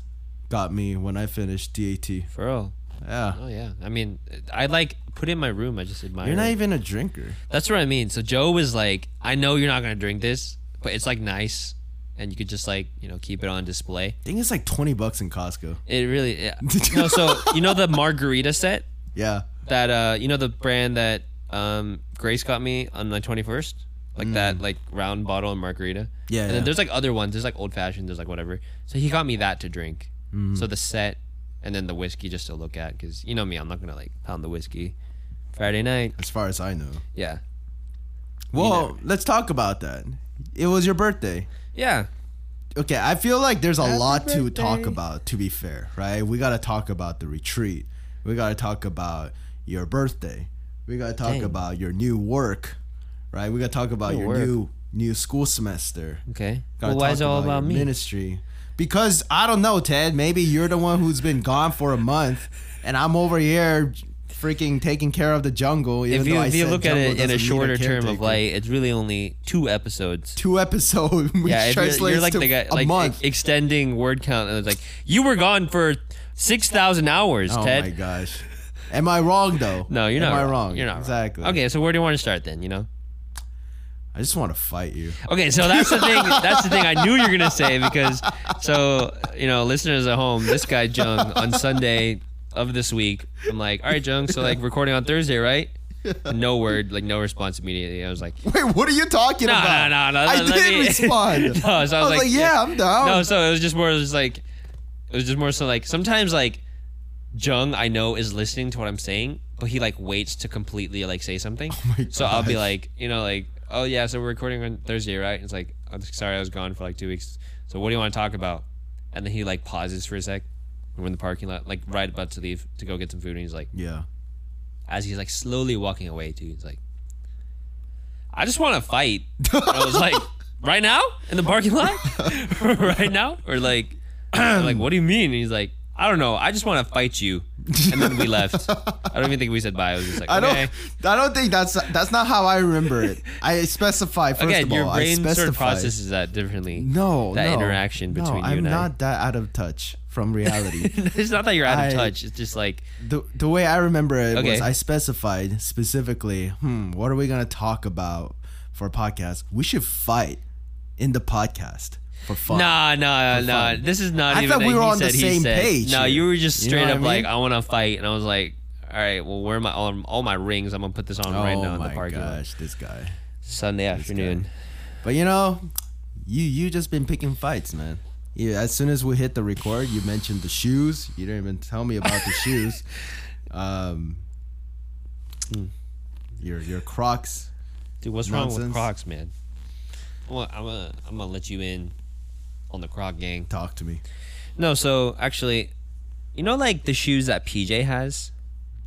Speaker 2: got me when I finished DAT.
Speaker 1: For real.
Speaker 2: Yeah.
Speaker 1: Oh yeah, I mean, I like put it in my room. I just admire.
Speaker 2: You're
Speaker 1: it.
Speaker 2: not e- even a drinker.
Speaker 1: That's what I mean. So Joe was like, I know you're not gonna drink this, but it's like nice, and you could just like you know keep it on display.
Speaker 2: I think it's like 20 bucks in Costco.
Speaker 1: It really. Yeah. no, so you know the margarita set
Speaker 2: Yeah.
Speaker 1: that uh you know the brand that um Grace got me on my 21st, like that like round bottle of margarita.
Speaker 2: Mm. Yeah,
Speaker 1: And
Speaker 2: yeah.
Speaker 1: then there's like other ones. There's like old fashioned. There's like whatever. So he got me that to drink.
Speaker 2: Mm-hmm.
Speaker 1: So the set, and then the whiskey just to look at, because you know me, I'm not gonna like pound the whiskey. Friday night.
Speaker 2: As far as I know.
Speaker 1: Yeah.
Speaker 2: Well, let's talk about that. It was your birthday.
Speaker 1: Yeah.
Speaker 2: Okay, I feel like there's a lot to
Speaker 1: birthday.
Speaker 2: talk about, to be fair, right? We got to talk about the retreat. We got to talk about your birthday. We got to talk
Speaker 1: Dang.
Speaker 2: about your new work, right? We got to talk about
Speaker 1: New
Speaker 2: your
Speaker 1: work.
Speaker 2: new new school semester.
Speaker 1: Okay.
Speaker 2: Gotta
Speaker 1: well, why
Speaker 2: talk
Speaker 1: is it all about
Speaker 2: your
Speaker 1: me?
Speaker 2: Ministry. Because I don't know, Ted. Maybe you're the one who's been gone for a month, and I'm over here freaking taking care of the jungle. Even
Speaker 1: if you,
Speaker 2: though I
Speaker 1: if you
Speaker 2: said
Speaker 1: look at
Speaker 2: jungle
Speaker 1: it in
Speaker 2: doesn't
Speaker 1: a
Speaker 2: mean
Speaker 1: shorter term of
Speaker 2: caretaker.
Speaker 1: like, it's really only two episodes.
Speaker 2: two episodes, which
Speaker 1: yeah, if
Speaker 2: translates
Speaker 1: you're, you're like
Speaker 2: to
Speaker 1: the guy,
Speaker 2: a
Speaker 1: like
Speaker 2: month.
Speaker 1: e- extending word count, and it's like you were gone for six thousand hours,
Speaker 2: oh
Speaker 1: Ted.
Speaker 2: my gosh, am I wrong though?
Speaker 1: No, you're
Speaker 2: am
Speaker 1: not.
Speaker 2: I wrong?
Speaker 1: You're not wrong.
Speaker 2: exactly.
Speaker 1: Okay, so where do you want to start then? You know.
Speaker 2: I just want to fight you.
Speaker 1: Okay, so that's the thing. That's the thing I knew you were gonna say because, so you know, listeners at home, this guy Jung on Sunday of this week, I'm like, all right, Jung, so like recording on Thursday, right? No word, like no response immediately. I was like,
Speaker 2: Wait, what are you talking
Speaker 1: No,
Speaker 2: about?
Speaker 1: no, no, no,
Speaker 2: I
Speaker 1: let
Speaker 2: did
Speaker 1: me-
Speaker 2: respond.
Speaker 1: No, so I was,
Speaker 2: I was like,
Speaker 1: like,
Speaker 2: yeah, I'm down.
Speaker 1: No, so it was just more just like it was just more so like sometimes like Jung I know is listening to what I'm saying, but he like waits to completely like say something.
Speaker 2: Oh my
Speaker 1: so I'll be
Speaker 2: gosh.
Speaker 1: like, you know, like, oh yeah, so we're recording on Thursday, right? It's like, I'm sorry, I was gone for like two weeks. So what do you want to talk about? And then he like pauses for a sec. and We're in the parking lot, like right about to leave to go get some food, and he's like,
Speaker 2: yeah.
Speaker 1: as he's like slowly walking away too. He's like, I just want to fight. And I was like, right now in the parking lot, right now, or like, like what do you mean? And he's like, I don't know. I just want to fight you. And then we left. I don't even think we said bye. I was just like,
Speaker 2: I don't.
Speaker 1: okay.
Speaker 2: I don't think that's that's not how I remember it. I specify first
Speaker 1: Again,
Speaker 2: of all.
Speaker 1: your brain
Speaker 2: I
Speaker 1: sort
Speaker 2: specify.
Speaker 1: of processes that differently.
Speaker 2: no
Speaker 1: that
Speaker 2: no,
Speaker 1: interaction between you
Speaker 2: no, I'm
Speaker 1: and I.
Speaker 2: not that out of touch from reality.
Speaker 1: it's not that you're out of
Speaker 2: I-
Speaker 1: touch. It's just like
Speaker 2: the the way I remember it
Speaker 1: Okay.
Speaker 2: was I specified specifically. Hmm, what are we gonna talk about for a podcast? We should fight in the podcast for fun.
Speaker 1: nah, nah,
Speaker 2: For
Speaker 1: nah.
Speaker 2: fun.
Speaker 1: This is not
Speaker 2: I
Speaker 1: even.
Speaker 2: thought
Speaker 1: a
Speaker 2: we were
Speaker 1: he
Speaker 2: on the
Speaker 1: said, he
Speaker 2: same
Speaker 1: said.
Speaker 2: page
Speaker 1: No,
Speaker 2: here.
Speaker 1: you were just
Speaker 2: You know
Speaker 1: straight
Speaker 2: what I
Speaker 1: up like,
Speaker 2: mean?
Speaker 1: I want to fight, and I was like, all right, well, where are my all, all my rings? I'm gonna put this on
Speaker 2: Oh
Speaker 1: right now in the
Speaker 2: my
Speaker 1: parking lot.
Speaker 2: gosh, this guy.
Speaker 1: Sunday afternoon.
Speaker 2: But you know, you you just been picking fights, man. You, as soon as we hit the record, you mentioned the shoes. You didn't even tell me about the shoes. Um, hmm. your your Crocs.
Speaker 1: Dude, what's wrong with
Speaker 2: Nonsense.
Speaker 1: Crocs, man? Well, I'm gonna I'm gonna let you in on the Croc gang.
Speaker 2: Talk to me.
Speaker 1: No, so actually, you know, like the shoes that PJ has.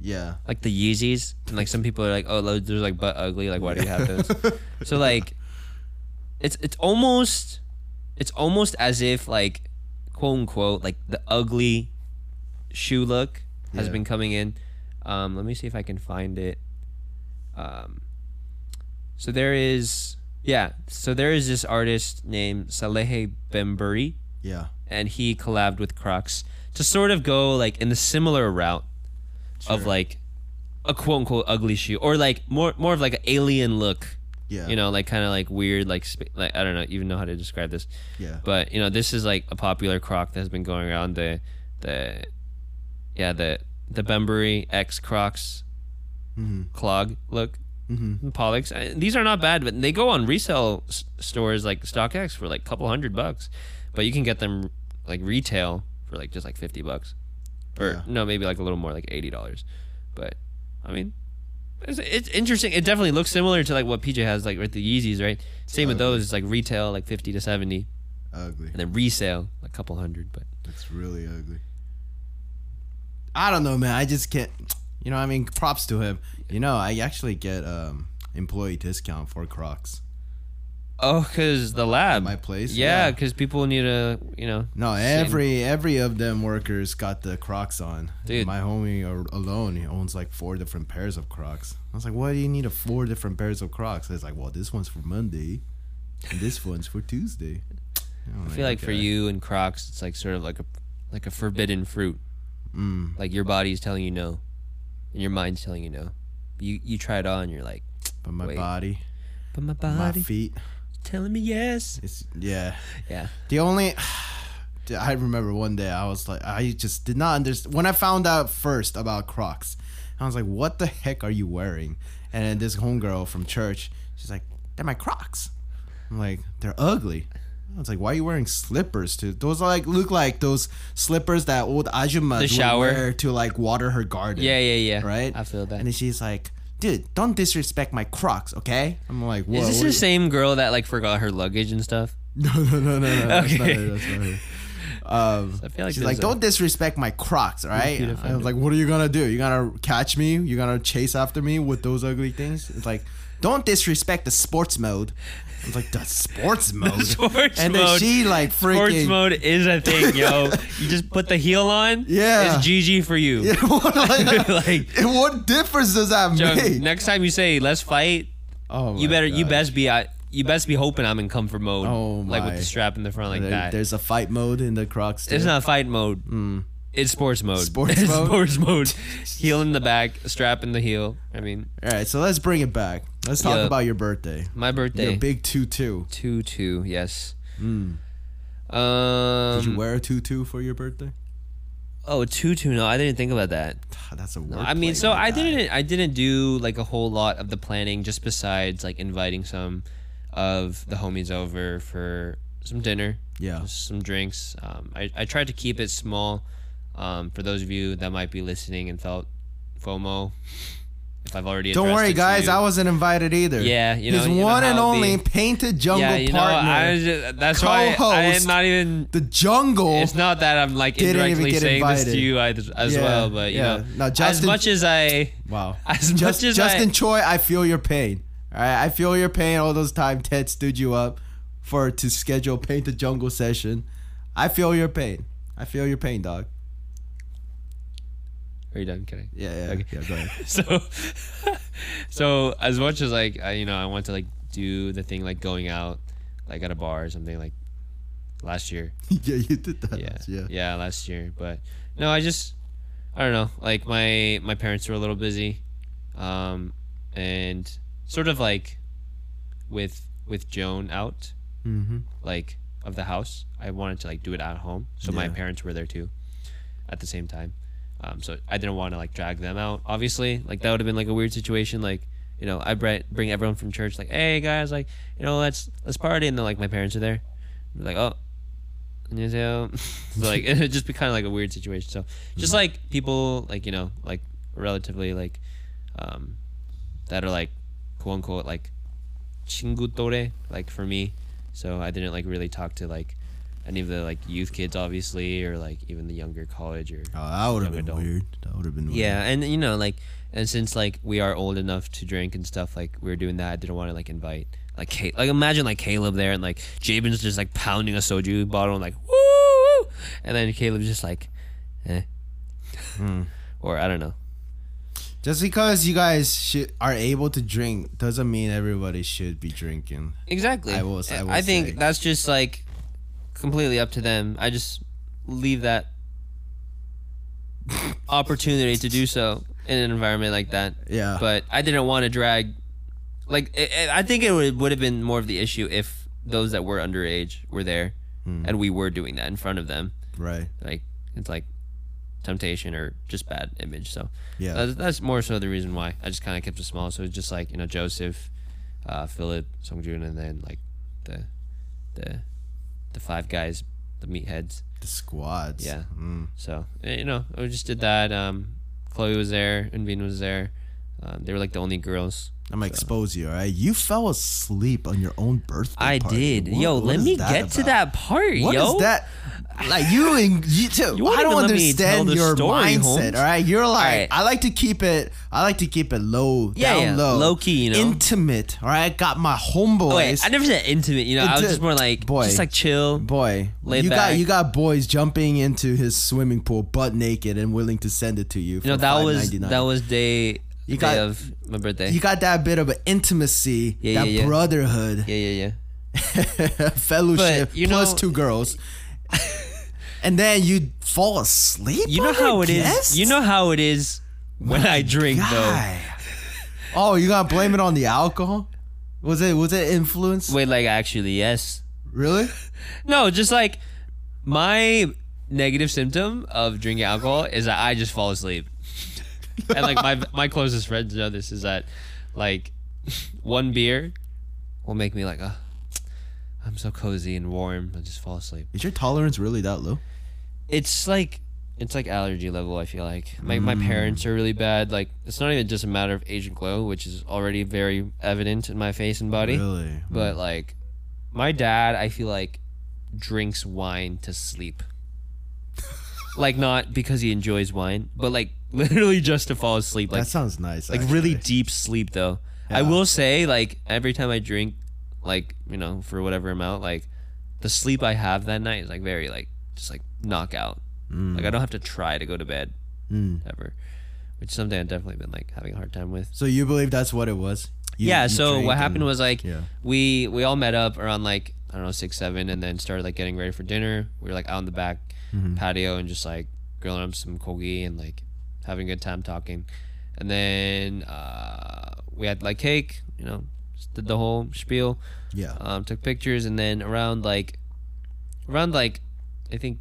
Speaker 2: Yeah.
Speaker 1: like the Yeezys, and like some people are like, oh, those those are like butt ugly. Like, why do you have those? so like, it's it's almost it's almost as if like quote unquote like the ugly shoe look has
Speaker 2: Yeah.
Speaker 1: been coming in. Um, let me see if I can find it. Um, so there is yeah, so there is this artist named Salehe Bemburi
Speaker 2: Yeah.
Speaker 1: and he collabed with Crocs to sort of go like in the similar route of like a quote unquote ugly shoe or like more more of like an alien look.
Speaker 2: Yeah.
Speaker 1: You know, like kind of like weird, like sp- like I don't know, even know how to describe this.
Speaker 2: Yeah.
Speaker 1: But you know, this is like a popular Croc that has been going around the the yeah the the Bembury X Crocs clog look. Mm-hmm. Pollux. Uh, These are not bad, but they go on resale s- stores like StockX for like a couple hundred bucks, but you can get them like retail for like just like fifty bucks, or
Speaker 2: Yeah.
Speaker 1: no, maybe like a little more, like eighty dollars. But I mean, it's, it's interesting. It definitely looks similar to like what PJ has, like with the Yeezys, right? Same with
Speaker 2: Totally.
Speaker 1: those. It's like retail, like fifty to seventy,
Speaker 2: Ugly.
Speaker 1: and then resale, a couple hundred. But
Speaker 2: It's really ugly. I don't know, man. I just can't. You know, I mean, props to him. You know, I actually get um employee discount for Crocs.
Speaker 1: oh, cause the lab,
Speaker 2: my place?
Speaker 1: yeah,
Speaker 2: Yeah.
Speaker 1: cause people need to, you know,
Speaker 2: No,
Speaker 1: Same.
Speaker 2: every every of them workers got the Crocs on.
Speaker 1: Dude.
Speaker 2: My homie a- alone he owns like four different pairs of Crocs. I was like, why do you need a four different pairs of Crocs? It's like, well, this one's for Monday, and this one's for Tuesday.
Speaker 1: I feel like for you and Crocs, it's like sort of like a like a forbidden fruit. Mm. Like your body is telling you no, and your mind's telling you no. You you try it on, you're like,
Speaker 2: but my
Speaker 1: wait.
Speaker 2: body,
Speaker 1: but my
Speaker 2: my
Speaker 1: body's
Speaker 2: feet,
Speaker 1: telling me yes.
Speaker 2: it's yeah.
Speaker 1: Yeah.
Speaker 2: The only Dude, I remember one day I was like I just did not understand when I found out first about Crocs. I was like, "What the heck are you wearing?" And then this homegirl from church, she's like, "They're my Crocs." I'm like, "They're ugly." I was like, "Why are you wearing slippers? To those are like look like those slippers that old Ajuma
Speaker 1: The shower.
Speaker 2: would wear to like water her garden."
Speaker 1: Yeah, yeah, yeah.
Speaker 2: right.
Speaker 1: I feel that.
Speaker 2: And then she's like, "Dude, don't disrespect my Crocs, okay?" I'm like, "What?"
Speaker 1: Is this the same girl that like forgot her luggage and stuff?
Speaker 2: No, no, no, no, no. That's not
Speaker 1: Okay.
Speaker 2: her. That's not her. Um,
Speaker 1: I feel like
Speaker 2: she's
Speaker 1: there's
Speaker 2: like,
Speaker 1: a-
Speaker 2: don't disrespect my Crocs, all right?
Speaker 1: Repeat
Speaker 2: I was like, what are you gonna do? You gonna catch me? You gonna chase after me with those ugly things? It's like, don't disrespect the sports mode. I was like, the sports mode.
Speaker 1: Sports
Speaker 2: and then
Speaker 1: mode.
Speaker 2: she like
Speaker 1: Sports
Speaker 2: freaking.
Speaker 1: mode is a thing, yo. you just put the heel on.
Speaker 2: Yeah.
Speaker 1: It's GG for you.
Speaker 2: what, like,
Speaker 1: like,
Speaker 2: what difference does that
Speaker 1: Joe,
Speaker 2: make?
Speaker 1: next time you say let's fight,
Speaker 2: oh, my
Speaker 1: You better, you
Speaker 2: God.
Speaker 1: best be, I, you best be hoping I'm in comfort mode.
Speaker 2: Oh
Speaker 1: Like with
Speaker 2: my.
Speaker 1: the strap in the front like
Speaker 2: There-
Speaker 1: that.
Speaker 2: There's a fight mode in the Crocs. Too.
Speaker 1: It's not fight mode. It's sports mode.
Speaker 2: Sports
Speaker 1: It's
Speaker 2: mode?
Speaker 1: sports mode. heel in the back, strap in the heel. I mean,
Speaker 2: All right, so let's bring it back. Let's talk
Speaker 1: Yeah.
Speaker 2: about your birthday.
Speaker 1: my birthday.
Speaker 2: Your big tutu.
Speaker 1: two two. Yes. Um.
Speaker 2: Did you wear a tutu for your birthday?
Speaker 1: oh, two two. No, I didn't think about that.
Speaker 2: That's a word.
Speaker 1: I mean,
Speaker 2: play,
Speaker 1: so
Speaker 2: my
Speaker 1: I
Speaker 2: guy.
Speaker 1: didn't I didn't do like a whole lot of the planning just besides like inviting some of the homies over for some dinner.
Speaker 2: Yeah.
Speaker 1: Just some drinks. Um, I, I tried to keep it small um, for those of you that might be listening and felt FOMO. If I've already
Speaker 2: Don't
Speaker 1: addressed it
Speaker 2: worry,
Speaker 1: to
Speaker 2: guys.
Speaker 1: you.
Speaker 2: I wasn't invited either.
Speaker 1: Yeah, you know-
Speaker 2: his
Speaker 1: you know
Speaker 2: one and
Speaker 1: how it
Speaker 2: only
Speaker 1: be.
Speaker 2: painted jungle
Speaker 1: yeah, you know,
Speaker 2: partner,
Speaker 1: I was ju- that's why I am
Speaker 2: Co-host.
Speaker 1: not even.
Speaker 2: the jungle.
Speaker 1: It's not that I'm like
Speaker 2: Didn't even
Speaker 1: indirectly
Speaker 2: get
Speaker 1: saying this
Speaker 2: invited.
Speaker 1: to you as, as
Speaker 2: Yeah,
Speaker 1: well, but you
Speaker 2: yeah.
Speaker 1: know,
Speaker 2: Now,
Speaker 1: as
Speaker 2: Justin-
Speaker 1: much as I,
Speaker 2: wow.
Speaker 1: as
Speaker 2: Just,
Speaker 1: much as I-
Speaker 2: Justin Choi, I feel your pain. All right, I feel your pain. All those time Ted stood you up for to schedule paint the jungle session. I feel your pain. I feel your pain, dog.
Speaker 1: Are you done? Kidding.
Speaker 2: Yeah, yeah,
Speaker 1: Okay.
Speaker 2: yeah. Go ahead.
Speaker 1: so so as much as like I, you know i want to like do the thing like going out like at a bar or something like last year
Speaker 2: yeah, you did that.
Speaker 1: yeah
Speaker 2: Yeah.
Speaker 1: yeah last year but no i just i don't know like my my parents were a little busy um and sort of like with with joan out
Speaker 2: Mm-hmm.
Speaker 1: like of the house i wanted to like do it at home so my
Speaker 2: Yeah.
Speaker 1: parents were there too at the same time um, so i didn't want to like drag them out obviously like that would have been like a weird situation like you know i br- bring everyone from church like hey guys like you know let's let's party and then like my parents are there They're like oh 안녕하세요. so like it would just be kind of like a weird situation so just like people like you know like relatively like um that are like quote unquote like 친구 또래 like for me so I didn't like really talk to like any of the like youth kids obviously or like even the younger college or
Speaker 2: Oh, that would have
Speaker 1: Young
Speaker 2: been
Speaker 1: adult.
Speaker 2: weird. That would have been weird.
Speaker 1: yeah and you know like and since like we are old enough to drink and stuff like we were doing that I didn't want to like invite like Ca- like imagine like Caleb there and like Jabin's just like pounding a soju bottle and like woo woo!" and then Caleb's just like eh Hmm. or I don't know
Speaker 2: Just because you guys should, are able to drink doesn't mean everybody should be drinking.
Speaker 1: Exactly.
Speaker 2: I will s- I will
Speaker 1: think
Speaker 2: say.
Speaker 1: that's just like completely up to them. I just leave that opportunity to do so in an environment like that.
Speaker 2: Yeah.
Speaker 1: But I didn't want to drag. Like it, it- I think it would would have been more of the issue if those that were underage were there,
Speaker 2: Hmm.
Speaker 1: and we were doing that in front of them.
Speaker 2: right.
Speaker 1: Like it's like temptation or just bad image. So
Speaker 2: Yeah.
Speaker 1: that's, that's more so the reason why I just kind of kept it small. So it's just like you know Joseph, uh, Philip, Songjun, and then like the the the five guys, the meatheads.
Speaker 2: the squads.
Speaker 1: Yeah.
Speaker 2: Mm.
Speaker 1: So eh, you know we just did that. Um, Chloe was there, and Vin was there. Um, they were like the only girls.
Speaker 2: I'm gonna expose you, all right? You fell asleep on your own birthday.
Speaker 1: I
Speaker 2: party.
Speaker 1: did.
Speaker 2: What-
Speaker 1: yo,
Speaker 2: what
Speaker 1: let
Speaker 2: is
Speaker 1: me
Speaker 2: that
Speaker 1: get to that
Speaker 2: about?
Speaker 1: part,
Speaker 2: What is
Speaker 1: yo.
Speaker 2: that? Like you and you too.
Speaker 1: You won't
Speaker 2: I don't
Speaker 1: even let me tell
Speaker 2: understand
Speaker 1: the
Speaker 2: your
Speaker 1: story,
Speaker 2: mindset.
Speaker 1: Holmes.
Speaker 2: All right, you're like
Speaker 1: right.
Speaker 2: I like to keep it. I like to keep it low,
Speaker 1: Yeah,
Speaker 2: down
Speaker 1: yeah,
Speaker 2: low,
Speaker 1: low key, you know?
Speaker 2: intimate. All right, got my homeboys.
Speaker 1: Oh, wait, I never said intimate. You know, I was
Speaker 2: Inti-
Speaker 1: just more like
Speaker 2: boy.
Speaker 1: just like chill.
Speaker 2: Boy,
Speaker 1: Laid
Speaker 2: you got
Speaker 1: back.
Speaker 2: you got boys jumping into his swimming pool butt naked and willing to send it to you.
Speaker 1: You know
Speaker 2: for
Speaker 1: that was
Speaker 2: $5.99.
Speaker 1: that was day day
Speaker 2: You got-
Speaker 1: of my birthday.
Speaker 2: You got that bit of an intimacy,
Speaker 1: Yeah,
Speaker 2: that
Speaker 1: yeah, yeah.
Speaker 2: brotherhood,
Speaker 1: yeah, yeah, yeah.
Speaker 2: fellowship
Speaker 1: But, you
Speaker 2: plus
Speaker 1: know-
Speaker 2: two girls, and then you fall asleep.
Speaker 1: You know
Speaker 2: on
Speaker 1: how
Speaker 2: her
Speaker 1: it is.
Speaker 2: guest?
Speaker 1: You know how it is when I drink,
Speaker 2: Guy. Oh, you gotta blame it on the alcohol? Was it was it influence?
Speaker 1: though. Wait, like actually, yes.
Speaker 2: Really?
Speaker 1: No, just like my negative symptom of drinking alcohol is that I just fall asleep. and like my my closest friends know this is that like one beer will make me like, oh, I'm so cozy and warm. I just fall asleep.
Speaker 2: Is your tolerance really that low?
Speaker 1: it's like it's like allergy level i feel like my, my parents are really bad like it's not even just a matter of agent glow which is already very evident in my face and body
Speaker 2: Really?
Speaker 1: but like my dad i feel like drinks wine to sleep like not because he enjoys wine but like literally just to fall asleep like
Speaker 2: that sounds nice.
Speaker 1: like really deep sleep though. I
Speaker 2: Yeah.
Speaker 1: will say like every time I drink, like you know for whatever amount, like the sleep I have that night is like very like just like knockout.
Speaker 2: Mm.
Speaker 1: Like I don't have to try to go to bed ever, which is something I've definitely been like having a hard time with.
Speaker 2: So you believe that's what it was? You-
Speaker 1: yeah.
Speaker 2: you
Speaker 1: So
Speaker 2: drank
Speaker 1: what
Speaker 2: and-
Speaker 1: happened was like
Speaker 2: yeah.
Speaker 1: we we all met up around like I don't know six seven, and then started like getting ready for dinner. We were like out in the back patio and just like grilling up some kogi and like having a good time talking. And then uh, we had like cake, you know, just did the whole spiel
Speaker 2: Yeah.
Speaker 1: um, took pictures and then around like around like i think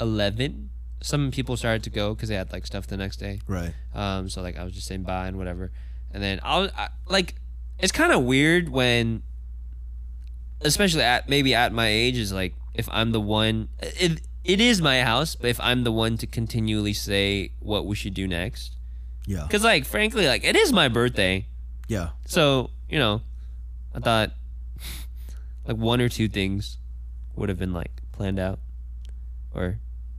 Speaker 1: 11 some people started to go because they had like stuff the next day
Speaker 2: right.
Speaker 1: um, so like I was just saying bye and whatever, and then I was I, like, it's kind of weird when, especially at maybe at my age, is like if I'm the one, it it is my house, but if I'm the one to continually say what we should do next,
Speaker 2: Yeah.
Speaker 1: because like frankly, like it is my birthday,
Speaker 2: Yeah.
Speaker 1: so you know, I thought like one or two things would have been like planned out, or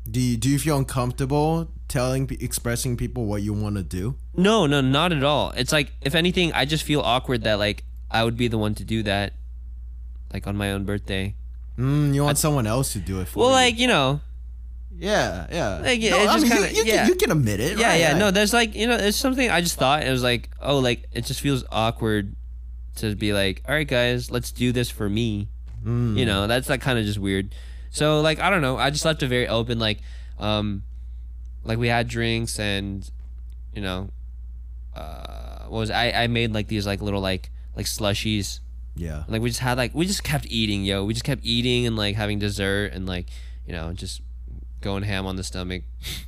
Speaker 2: Do you do you feel uncomfortable telling pe- expressing people what you want to do?
Speaker 1: No, no, not at all. It's like if anything, I just feel awkward that like I would be the one to do that, like on my own birthday.
Speaker 2: Mm, you want someone else to do it for
Speaker 1: Well,
Speaker 2: you.
Speaker 1: like you know,
Speaker 3: Yeah, yeah.
Speaker 1: Like, yeah,
Speaker 2: No,
Speaker 1: it's
Speaker 2: I
Speaker 1: just
Speaker 2: mean, you-
Speaker 1: kinda-
Speaker 2: you, can-
Speaker 1: yeah.
Speaker 2: you can admit it.
Speaker 1: yeah,
Speaker 2: right,
Speaker 1: yeah.
Speaker 2: right.
Speaker 1: No, there's like you know, it's something I just thought. It was like, oh, like it just feels awkward to be like, all right, guys, let's do this for me.
Speaker 2: mm,
Speaker 1: You know, that's like kind of just weird. So like, I don't know. I just left it very open. Like, um, like we had drinks and, you know, uh, what was I? I made like these like little like like slushies
Speaker 2: Yeah.
Speaker 1: like we just had like we just kept eating, yo. We just kept eating and like having dessert and like you know just going ham on the stomach.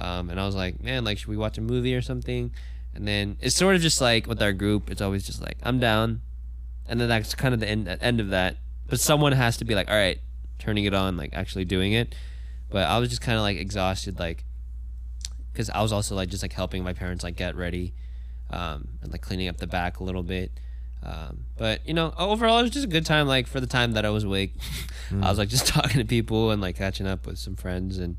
Speaker 1: Um, and I was like, man, like should we watch a movie or something? And then it's sort of just like with our group, it's always just like I'm down, and then that's kind of the end end of that. But someone has to be like, all right, turning it on, like actually doing it. But I was just kind of like exhausted, like because I was also like just like helping my parents like get ready, um, and like cleaning up the back a little bit. Um, but you know, overall, it was just a good time. Like for the time that I was awake, I was like just talking to people and like catching up with some friends and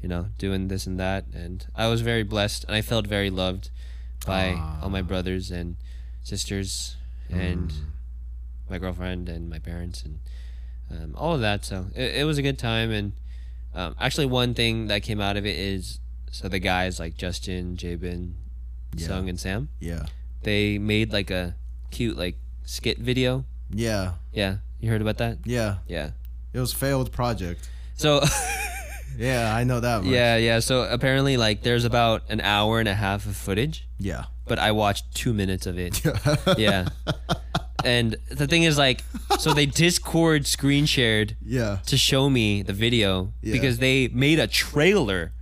Speaker 1: you know doing this and that. And I was very blessed and I felt very loved by all my brothers and sisters and my girlfriend and my parents and um, all of that. So it, it was a good time. And um, actually, one thing that came out of it is so the guys like Justin, Jabin,
Speaker 2: Yeah.
Speaker 1: Sung, and Sam
Speaker 2: Yeah.
Speaker 1: they made like a cute like skit video.
Speaker 3: Yeah,
Speaker 1: Yeah, you heard about that?
Speaker 3: yeah.
Speaker 1: Yeah.
Speaker 3: It was failed project.
Speaker 1: So
Speaker 3: Yeah, I know that much.
Speaker 1: yeah, yeah. So apparently like there's about an hour and a half of footage,
Speaker 2: Yeah.
Speaker 1: but I watched 2 minutes of it. yeah. And the thing is like so they Discord screen shared
Speaker 2: Yeah.
Speaker 1: to show me the video
Speaker 2: Yeah.
Speaker 1: because they made a trailer.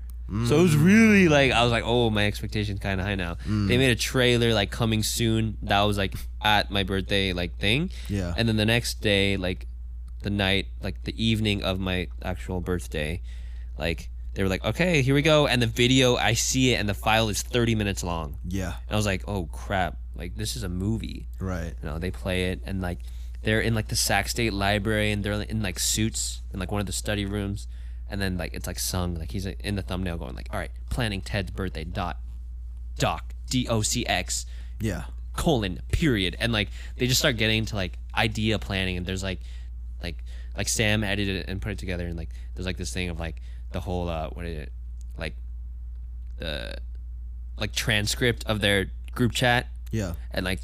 Speaker 1: So it was really like I was like, oh, my expectations kind of high now. They made a trailer like coming soon. That was like at my birthday like thing.
Speaker 2: Yeah.
Speaker 1: And then the next day, like the night, like the evening of my actual birthday, like they were like, okay, here we go. And the video, I see it, and the file is 30 minutes long.
Speaker 2: Yeah.
Speaker 1: And I was like, oh crap, like this is a movie.
Speaker 2: Right.
Speaker 1: You know, they play it, and like they're in like the Sac State Library, and they're in like suits in like one of the study rooms, and then like it's like sung like he's like, in the thumbnail going like, all right, planning Ted's birthday dot doc d o c x
Speaker 2: Yeah.
Speaker 1: colon period and like they just start getting into like idea planning and there's like like like sam edited it and put it together and like there's like this thing of like the whole uh what is it like the like transcript of their group chat
Speaker 2: Yeah.
Speaker 1: and like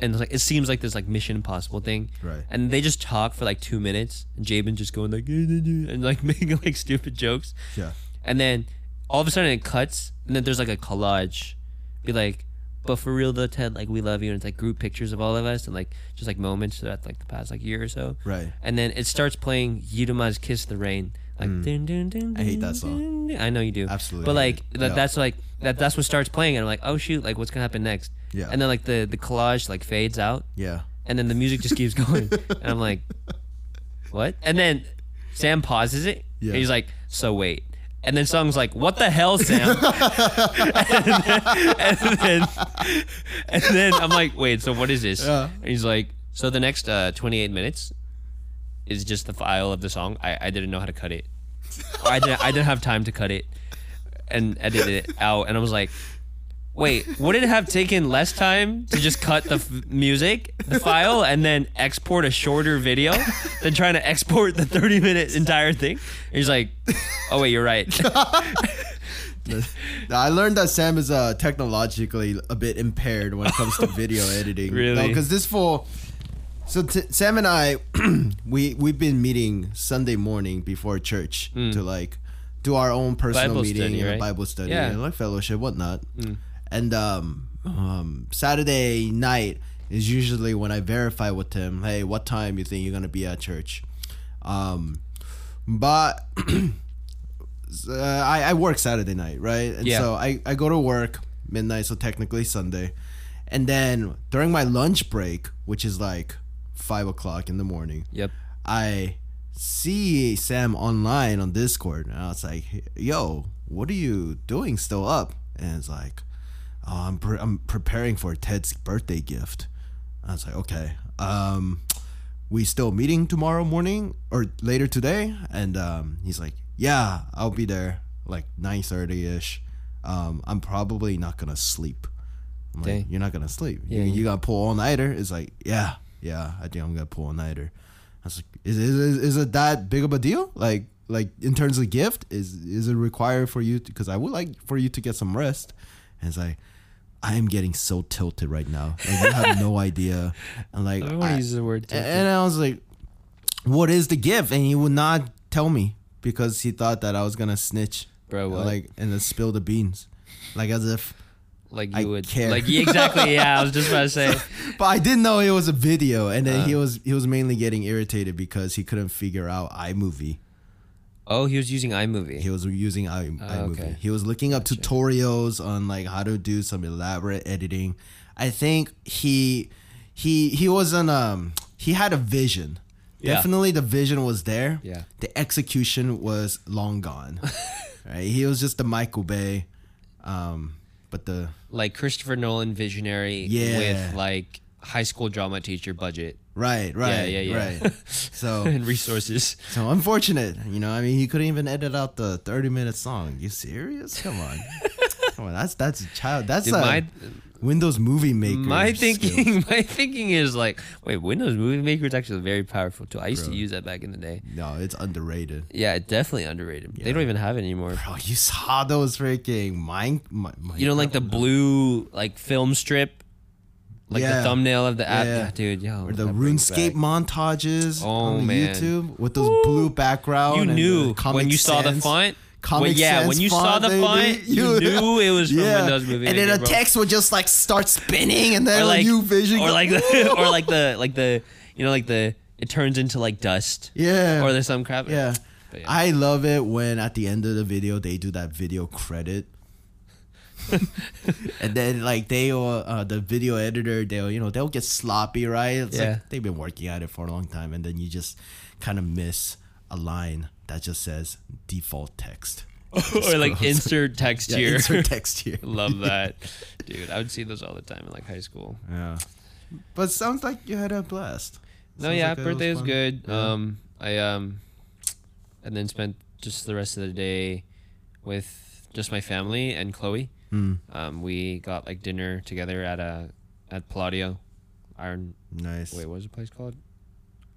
Speaker 1: and it's like it seems like this like Mission Impossible thing.
Speaker 2: Right.
Speaker 1: And they just talk for like two minutes, and Jabin just going like and like making like stupid jokes.
Speaker 2: Yeah.
Speaker 1: And then all of a sudden it cuts, and then there's like a collage, be like, but for real though, Ted, like we love you, and it's like group pictures of all of us, and like just like moments throughout like the past like year or so.
Speaker 2: Right.
Speaker 1: And then it starts playing Yudima's Kiss the Rain. Like dun, dun, dun,
Speaker 2: Mm. I hate
Speaker 1: dun,
Speaker 2: that song.
Speaker 1: dun, dun. I know you do.
Speaker 2: Absolutely
Speaker 1: But
Speaker 2: hate
Speaker 1: like
Speaker 2: it.
Speaker 1: that,
Speaker 2: Yeah.
Speaker 1: that's like that that's what starts playing and I'm like, "Oh shoot, like what's going to happen next?"
Speaker 2: Yeah.
Speaker 1: And then like the the collage like fades out
Speaker 2: Yeah.
Speaker 1: and then the music just keeps going. and I'm like, "What?" And then Sam pauses it.
Speaker 2: Yeah.
Speaker 1: And he's like, "So wait." And then Song's like, "What the hell, Sam?" and, then, and then and then I'm like, "Wait, so what is this?"
Speaker 2: Yeah.
Speaker 1: And he's like, "So the next uh, 28 minutes is just the file of the song. I, I didn't know how to cut it. Or I didn't I didn't have time to cut it and edit it out. And I was like, wait, would it have taken less time to just cut the f- music, the file, and then export a shorter video than trying to export the 30 minute entire thing? And he's like, oh, wait, you're right.
Speaker 2: I learned that Sam is uh, technologically a bit impaired when it comes to video editing.
Speaker 1: Really?
Speaker 2: Because this fool. So t- Sam and I, we we've been meeting Sunday morning before church to like do our own personal
Speaker 1: Hmm. Bible
Speaker 2: meeting
Speaker 1: study,
Speaker 2: and a
Speaker 1: right?
Speaker 2: Bible study
Speaker 1: Yeah. Hmm.
Speaker 2: and like fellowship, whatnot. And um, um, Saturday night is usually when I verify with him, hey, what time you think you're gonna be at church? Um, but uh, I, I work Saturday night, right? And
Speaker 1: Yeah.
Speaker 2: so I, I go to work midnight, so technically Sunday. And then during my lunch break, which is like five o'clock in the morning,
Speaker 1: Yep.
Speaker 2: I see Sam online on Discord. And I was like, yo, what are you doing still up? And it's like, oh, I'm, pre- I'm preparing for Ted's birthday gift. I was like, okay. Um, we still meeting tomorrow morning or later today and um, he's like yeah i'll be there like 9.30ish um, i'm probably not gonna sleep i'm like
Speaker 1: Dang.
Speaker 2: you're not gonna sleep
Speaker 1: Yeah,
Speaker 2: you,
Speaker 1: yeah.
Speaker 2: you gonna pull all-nighter it's like yeah yeah i think i'm gonna pull all-nighter i was like is, is, is, is it that big of a deal like like in terms of gift is is it required for you because i would like for you to get some rest and it's like i am getting so tilted right now and you have no idea and like
Speaker 1: I don't want
Speaker 2: I-
Speaker 1: to use the word.
Speaker 2: and,
Speaker 1: tilted.
Speaker 2: and I was like, "What is the gift?" And he would not tell me because he thought that I was gonna snitch,
Speaker 1: Bro, what?
Speaker 2: Like and then spill the beans, like as if.
Speaker 1: like you
Speaker 2: I
Speaker 1: would
Speaker 2: care.
Speaker 1: like yeah, exactly yeah i was just about to say
Speaker 2: But I didn't know it was a video, and then he
Speaker 1: Uh.
Speaker 2: was he was mainly getting irritated because he couldn't figure out iMovie.
Speaker 1: oh he was using imovie
Speaker 2: He was using i iMovie.
Speaker 1: Ah, okay.
Speaker 2: He was looking up tutorials on like how to do some elaborate editing. I think he he he wasn't um he had a vision.
Speaker 1: Yeah.
Speaker 2: Definitely the vision was there.
Speaker 1: Yeah.
Speaker 2: The execution was long gone. right? He was just the Michael Bay. Um but the
Speaker 1: like christopher nolan visionary
Speaker 2: Yeah.
Speaker 1: with like high school drama teacher budget
Speaker 2: right, right,
Speaker 1: yeah, yeah.
Speaker 2: right. So
Speaker 1: and resources
Speaker 2: so unfortunate. You know, I mean he couldn't even edit out the 30 minute song. You serious? Come on. Come on, that's that's a child. That's
Speaker 1: Dude,
Speaker 2: a
Speaker 1: my-
Speaker 2: Windows Movie Maker.
Speaker 1: my
Speaker 2: skill.
Speaker 1: thinking my thinking is like wait windows movie maker is actually a very powerful tool i used to use that back in the day
Speaker 2: No, it's underrated.
Speaker 1: yeah it's definitely underrated they don't even have it anymore
Speaker 2: Bro, you saw those freaking mine. mine mine-
Speaker 1: you know like the blue like film strip like
Speaker 2: Yeah.
Speaker 1: the thumbnail of the app
Speaker 2: Yeah.
Speaker 1: Yeah, dude yo
Speaker 2: or the
Speaker 1: that brings
Speaker 2: RuneScape
Speaker 1: back-
Speaker 2: montages
Speaker 1: Oh,
Speaker 2: on
Speaker 1: man.
Speaker 2: YouTube with those blue background.
Speaker 1: you
Speaker 2: and the
Speaker 1: knew
Speaker 2: Comic
Speaker 1: when you saw the
Speaker 2: Sans-
Speaker 1: font
Speaker 2: Comic
Speaker 1: well, yeah,
Speaker 2: Sans
Speaker 1: when you
Speaker 2: font,
Speaker 1: saw the
Speaker 2: baby.
Speaker 1: font, you knew it was from
Speaker 2: Yeah.
Speaker 1: Windows Movie
Speaker 2: And then
Speaker 1: Maker,
Speaker 2: the
Speaker 1: bro.
Speaker 2: text would just like start spinning, and then
Speaker 1: or like
Speaker 2: you vision.
Speaker 1: or
Speaker 2: go-
Speaker 1: like the, or like the like the you know like the it turns into like dust
Speaker 2: yeah,
Speaker 1: or there's some crap
Speaker 2: Yeah.
Speaker 1: But yeah.
Speaker 2: I love it when at the end of the video they do that video credit. and then like they or uh, the video editor they'll you know they'll get sloppy right it's
Speaker 1: Yeah.
Speaker 2: like they've been working at it for a long time and then you just kind of miss a line that just says default text
Speaker 1: or like insert text
Speaker 2: yeah,
Speaker 1: here
Speaker 2: insert text here
Speaker 1: love that dude I would see those all the time in like high school
Speaker 2: yeah but sounds like you had a blast
Speaker 1: no
Speaker 2: Sounds
Speaker 1: yeah
Speaker 2: like it
Speaker 1: birthday was,
Speaker 2: fun.
Speaker 1: good um I um and then spent just the rest of the day with just my family and Chloe
Speaker 2: Hmm,
Speaker 1: um we got like dinner together at a at Palladio Iron
Speaker 2: nice
Speaker 1: Wait, what is the place called?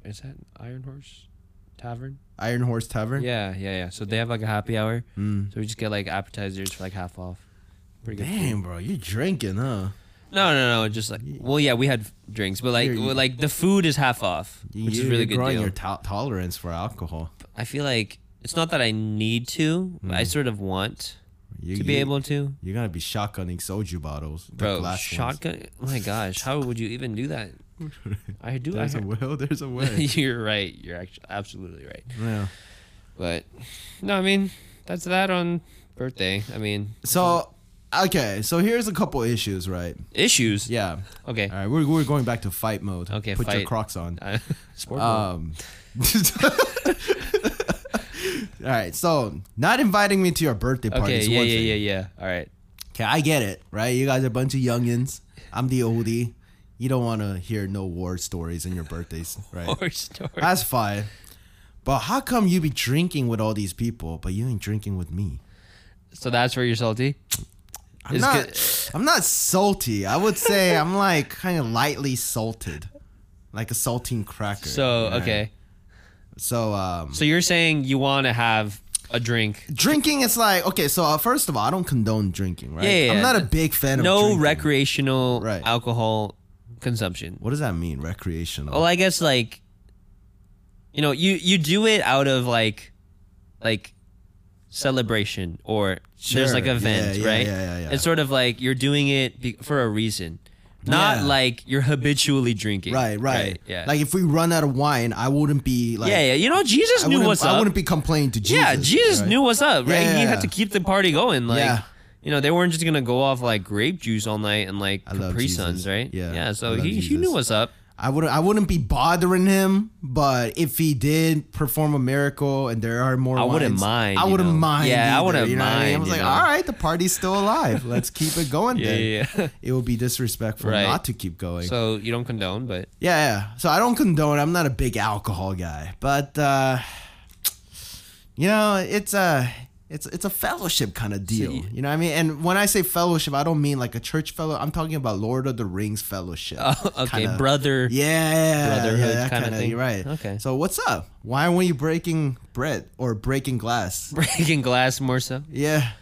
Speaker 1: Is that Iron Horse Tavern?
Speaker 2: iron horse tavern
Speaker 1: Yeah, yeah, yeah. So they have like a happy hour.
Speaker 2: Mm.
Speaker 1: So we just get like appetizers for like half off. Pretty good. food.
Speaker 2: damn bro you're drinking huh
Speaker 1: No, no, no. Just like well, yeah, we had drinks, but like
Speaker 2: Here, you-
Speaker 1: well, like the food is half off, which is
Speaker 2: You're-
Speaker 1: really
Speaker 2: you're
Speaker 1: good
Speaker 2: growing
Speaker 1: deal.
Speaker 2: your to- tolerance for alcohol
Speaker 1: I feel like it's not that I need to, but I sort of want
Speaker 2: Mm. You-
Speaker 1: to be
Speaker 2: you-
Speaker 1: able to.
Speaker 2: You're gonna be shotgunning soju bottles, the
Speaker 1: Bro,
Speaker 2: glass
Speaker 1: shotgun. Oh my gosh, how would you even do that?
Speaker 2: ones.
Speaker 1: I do. I
Speaker 2: there's a
Speaker 1: heard-
Speaker 2: will, there's a way.
Speaker 1: you're right. You're actually absolutely right.
Speaker 2: yeah.
Speaker 1: But no, I mean that's that on birthday. I mean
Speaker 2: So, okay, so here's a couple issues, right?
Speaker 1: issues.
Speaker 2: Yeah.
Speaker 1: Okay.
Speaker 2: All right, we're we're going back to fight mode.
Speaker 1: Okay,
Speaker 2: Put your
Speaker 1: fight.
Speaker 2: Crocs on.
Speaker 1: Uh, sport.
Speaker 2: Um. All right, so not inviting me to your birthday party
Speaker 1: okay.
Speaker 2: is
Speaker 1: Yeah.
Speaker 2: one
Speaker 1: Yeah.
Speaker 2: thing.
Speaker 1: Yeah. Yeah. All right.
Speaker 2: Okay, I get it, right? You guys are a bunch of youngins. I'm the oldie. You don't want to hear no war stories in your birthdays, right?
Speaker 1: Horror story.
Speaker 2: That's fine. But how come you be drinking with all these people, but you ain't drinking with me?
Speaker 1: so that's where you're salty.
Speaker 2: I'm
Speaker 1: It's
Speaker 2: not.
Speaker 1: good-
Speaker 2: I'm not salty. I would say I'm like kind of lightly salted, like a saltine cracker.
Speaker 1: So
Speaker 2: you know?
Speaker 1: okay.
Speaker 2: So um,
Speaker 1: So you're saying you want to have a drink.
Speaker 2: drinking is like okay. So uh, first of all, I don't condone drinking, right?
Speaker 1: Yeah, yeah,
Speaker 2: I'm
Speaker 1: yeah.
Speaker 2: not a big fan of
Speaker 1: No
Speaker 2: drinking.
Speaker 1: recreational
Speaker 2: Right.
Speaker 1: alcohol consumption.
Speaker 2: What does that mean, recreational?
Speaker 1: Well, I guess Oh, like, you know, you you do it out of like, like, celebration or there's like
Speaker 2: Sure.
Speaker 1: event,
Speaker 2: Yeah, yeah,
Speaker 1: right?
Speaker 2: yeah, yeah, yeah.
Speaker 1: It's sort of like you're doing it be- for a reason, not
Speaker 2: Yeah.
Speaker 1: like you're habitually drinking.
Speaker 2: right, right,
Speaker 1: yeah.
Speaker 2: Like if we run out of wine, I wouldn't be like.
Speaker 1: yeah, yeah. You know, Jesus
Speaker 2: I
Speaker 1: knew
Speaker 2: wouldn't,
Speaker 1: what's
Speaker 2: I
Speaker 1: up.
Speaker 2: wouldn't be complaining to Jesus.
Speaker 1: yeah, Jesus
Speaker 2: right?
Speaker 1: knew what's up, right?
Speaker 2: Yeah,
Speaker 1: he
Speaker 2: yeah,
Speaker 1: had to
Speaker 2: yeah.
Speaker 1: keep the party going. Like,
Speaker 2: Yeah.
Speaker 1: you know, they weren't just gonna go off like grape juice all night and like
Speaker 2: love
Speaker 1: Capri
Speaker 2: Jesus.
Speaker 1: Suns, right?
Speaker 2: Yeah,
Speaker 1: yeah.
Speaker 2: I
Speaker 1: So
Speaker 2: love
Speaker 1: he he
Speaker 2: Jesus.
Speaker 1: knew what's up.
Speaker 2: I wouldn't I wouldn't be bothering him, but if he did perform a miracle and there are more
Speaker 1: I wouldn't
Speaker 2: wines,
Speaker 1: mind,
Speaker 2: I
Speaker 1: you
Speaker 2: wouldn't
Speaker 1: know.
Speaker 2: mind.
Speaker 1: Yeah, I
Speaker 2: either,
Speaker 1: wouldn't
Speaker 2: you know what I, mean? I
Speaker 1: mind,
Speaker 2: was
Speaker 1: you
Speaker 2: like,
Speaker 1: know.
Speaker 2: all right, the party's still alive. Let's keep it going.
Speaker 1: Yeah,
Speaker 2: then.
Speaker 1: yeah, yeah.
Speaker 2: It would be disrespectful
Speaker 1: Right.
Speaker 2: not to keep going.
Speaker 1: So you don't condone, but
Speaker 2: yeah, yeah. So I don't condone. I'm not a big alcohol guy, but uh, you know, it's uh, it's it's a fellowship kind of deal.
Speaker 1: you-
Speaker 2: you know what I mean? And when I say fellowship, I don't mean like a church fellow. I'm talking about Lord of the Rings fellowship.
Speaker 1: Oh, okay,
Speaker 2: Kinda-
Speaker 1: brother.
Speaker 2: Yeah,
Speaker 1: Brotherhood
Speaker 2: yeah, that
Speaker 1: kinda
Speaker 2: kinda-
Speaker 1: thing.
Speaker 2: You're right.
Speaker 1: Okay.
Speaker 2: So what's up? Why weren't you breaking bread or breaking glass?
Speaker 1: Breaking glass more so.
Speaker 2: Yeah.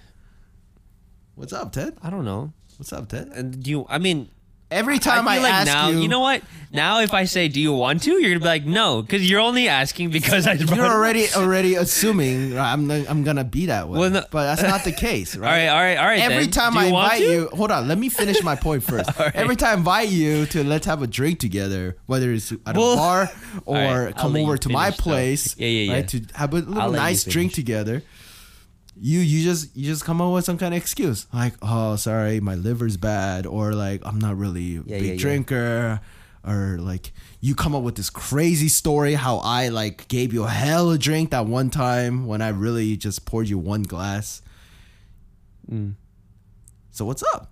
Speaker 2: What's up, Ted?
Speaker 1: I don't know.
Speaker 2: What's up, Ted?
Speaker 1: And do you? I mean,
Speaker 2: Every time I,
Speaker 1: feel like
Speaker 2: ask
Speaker 1: now,
Speaker 2: you,
Speaker 1: know what? Now if I say, "Do you want to?" You're gonna be like, "No," because you're only asking because I. Brought
Speaker 2: you're
Speaker 1: it up.
Speaker 2: already already assuming uh, I'm not- I'm gonna be that way.
Speaker 1: Well, no-
Speaker 2: But that's not the case,
Speaker 1: All right,
Speaker 2: right?
Speaker 1: all right, all right.
Speaker 2: Every
Speaker 1: then.
Speaker 2: time
Speaker 1: Do
Speaker 2: I
Speaker 1: want
Speaker 2: invite
Speaker 1: to?
Speaker 2: you, hold on, let me finish my point first.
Speaker 1: All right.
Speaker 2: Every time I invite you to let's have a drink together, whether it's at
Speaker 1: Well-
Speaker 2: a bar
Speaker 1: All
Speaker 2: or
Speaker 1: right, I'll
Speaker 2: come
Speaker 1: let you
Speaker 2: over to my
Speaker 1: finish, though.
Speaker 2: place,
Speaker 1: Yeah, yeah,
Speaker 2: right,
Speaker 1: yeah.
Speaker 2: to have a little
Speaker 1: I'll let you
Speaker 2: nice drink
Speaker 1: finish.
Speaker 2: together. You you just you just come up with some kind of excuse like oh sorry my liver's bad or like I'm not really a
Speaker 1: Yeah,
Speaker 2: big
Speaker 1: yeah, yeah.
Speaker 2: drinker or like you come up with this crazy story how I like gave you a hell of a drink that one time when I really just poured you one glass. So what's up?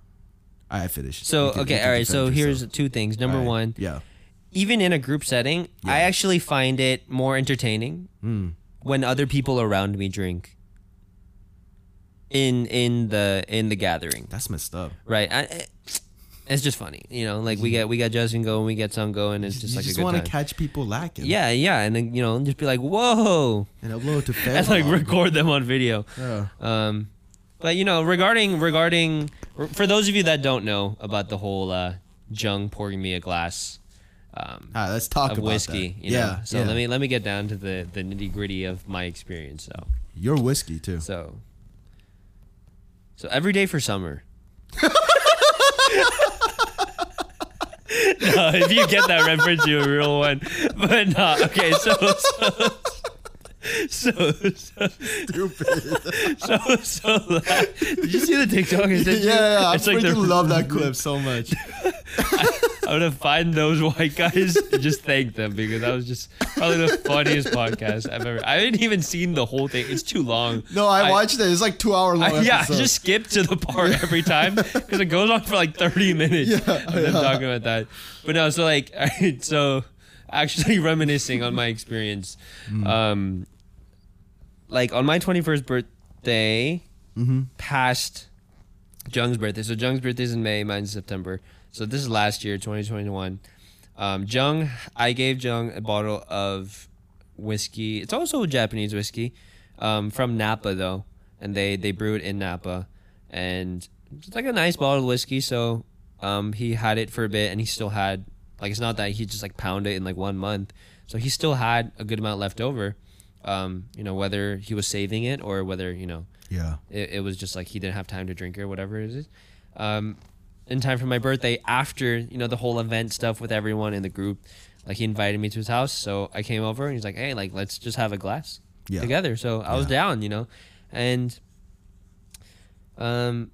Speaker 2: I finished.
Speaker 1: So
Speaker 2: You can- you
Speaker 1: okay,
Speaker 2: can
Speaker 1: all right. So
Speaker 2: defend
Speaker 1: here's
Speaker 2: yourself.
Speaker 1: two things. Number
Speaker 2: All right.
Speaker 1: one,
Speaker 2: Yeah.
Speaker 1: even in a group setting, I actually find it more entertaining
Speaker 2: Hmm.
Speaker 1: when other people around me drink. In in the in the gathering,
Speaker 2: That's messed up.
Speaker 1: right? I, I- it's just funny, you know. Like we get we got Justin going, we get Sun going. It's just
Speaker 2: Mm-hmm. you
Speaker 1: like
Speaker 2: just
Speaker 1: a good
Speaker 2: want
Speaker 1: time.
Speaker 2: to catch people lacking.
Speaker 1: yeah, yeah, and then you know, just be like, whoa,
Speaker 2: And upload it to Facebook.
Speaker 1: and like record them on video.
Speaker 2: Yeah.
Speaker 1: Um, but you know, regarding regarding for those of you that don't know about the whole uh, Jung pouring me a glass um,
Speaker 2: All right, let's talk
Speaker 1: of
Speaker 2: about
Speaker 1: whiskey,
Speaker 2: That.
Speaker 1: you know.
Speaker 2: yeah.
Speaker 1: so
Speaker 2: yeah.
Speaker 1: let me let me get down to the the nitty gritty of my experience. So
Speaker 2: Your whiskey too.
Speaker 1: so so every day for summer. no, if you get that reference, you're a real one. But no, okay, so so so so so, so la- did you see the TikTok? I sent you?
Speaker 2: yeah, yeah, I
Speaker 1: It's like
Speaker 2: freaking
Speaker 1: the-
Speaker 2: love that clip so much.
Speaker 1: I'm gonna find those white guys and just thank them because that was just probably the funniest podcast I've ever. I haven't even seen the whole thing. It's too long.
Speaker 2: No, I,
Speaker 1: I-
Speaker 2: watched it. It's like two hour long.
Speaker 1: I, yeah, I
Speaker 2: episode.
Speaker 1: just skip to the part every time because it goes on for like 30 minutes
Speaker 2: Yeah,
Speaker 1: of them
Speaker 2: yeah.
Speaker 1: talking about that. But no, so like, so actually reminiscing on my experience,
Speaker 2: Mm.
Speaker 1: um, like on my 21st birthday,
Speaker 2: Mm-hmm.
Speaker 1: past Jung's birthday. So Jung's birthday is in May, mine's September. So this is last year, 2021. Um, Jung, I gave Jung a bottle of whiskey. It's also Japanese whiskey um, from Napa though, and they they brew it in Napa, and it's like a nice bottle of whiskey. So um, he had it for a bit, and he still had like it's not that he just like pounded it in like one month, so he still had a good amount left over. Um, you know whether he was saving it or whether you know
Speaker 2: Yeah.
Speaker 1: it, it was just like he didn't have time to drink or whatever it is. Um, in time for my birthday, after you know the whole event stuff with everyone in the group, like he invited me to his house, so I came over and he's like, "Hey, like let's just have a glass
Speaker 2: Yeah.
Speaker 1: together." So I was down, you know, and um,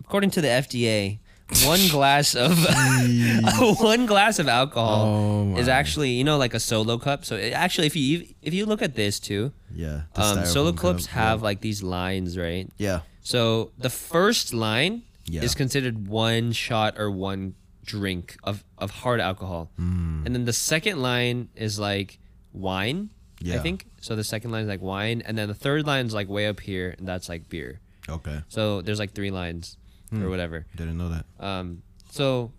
Speaker 1: according to the FDA, one glass of one glass of alcohol
Speaker 2: Oh
Speaker 1: is
Speaker 2: my.
Speaker 1: actually you know like a solo cup. So it, actually, if you if you look at this too,
Speaker 2: Yeah. the
Speaker 1: um, solo
Speaker 2: styrofoam
Speaker 1: clubs
Speaker 2: cup,
Speaker 1: have like these lines, right?
Speaker 2: Yeah.
Speaker 1: So the first line
Speaker 2: Yeah.
Speaker 1: is considered one shot or one drink of, of hard alcohol.
Speaker 2: Hmm.
Speaker 1: And then the second line is like wine, I
Speaker 2: Yeah.
Speaker 1: think. So the second line is like wine. And then the third line is like way up here, and that's like beer.
Speaker 2: Yeah. Okay.
Speaker 1: So there's like three lines
Speaker 2: Hmm.
Speaker 1: or whatever.
Speaker 2: Didn't know that.
Speaker 1: Um, so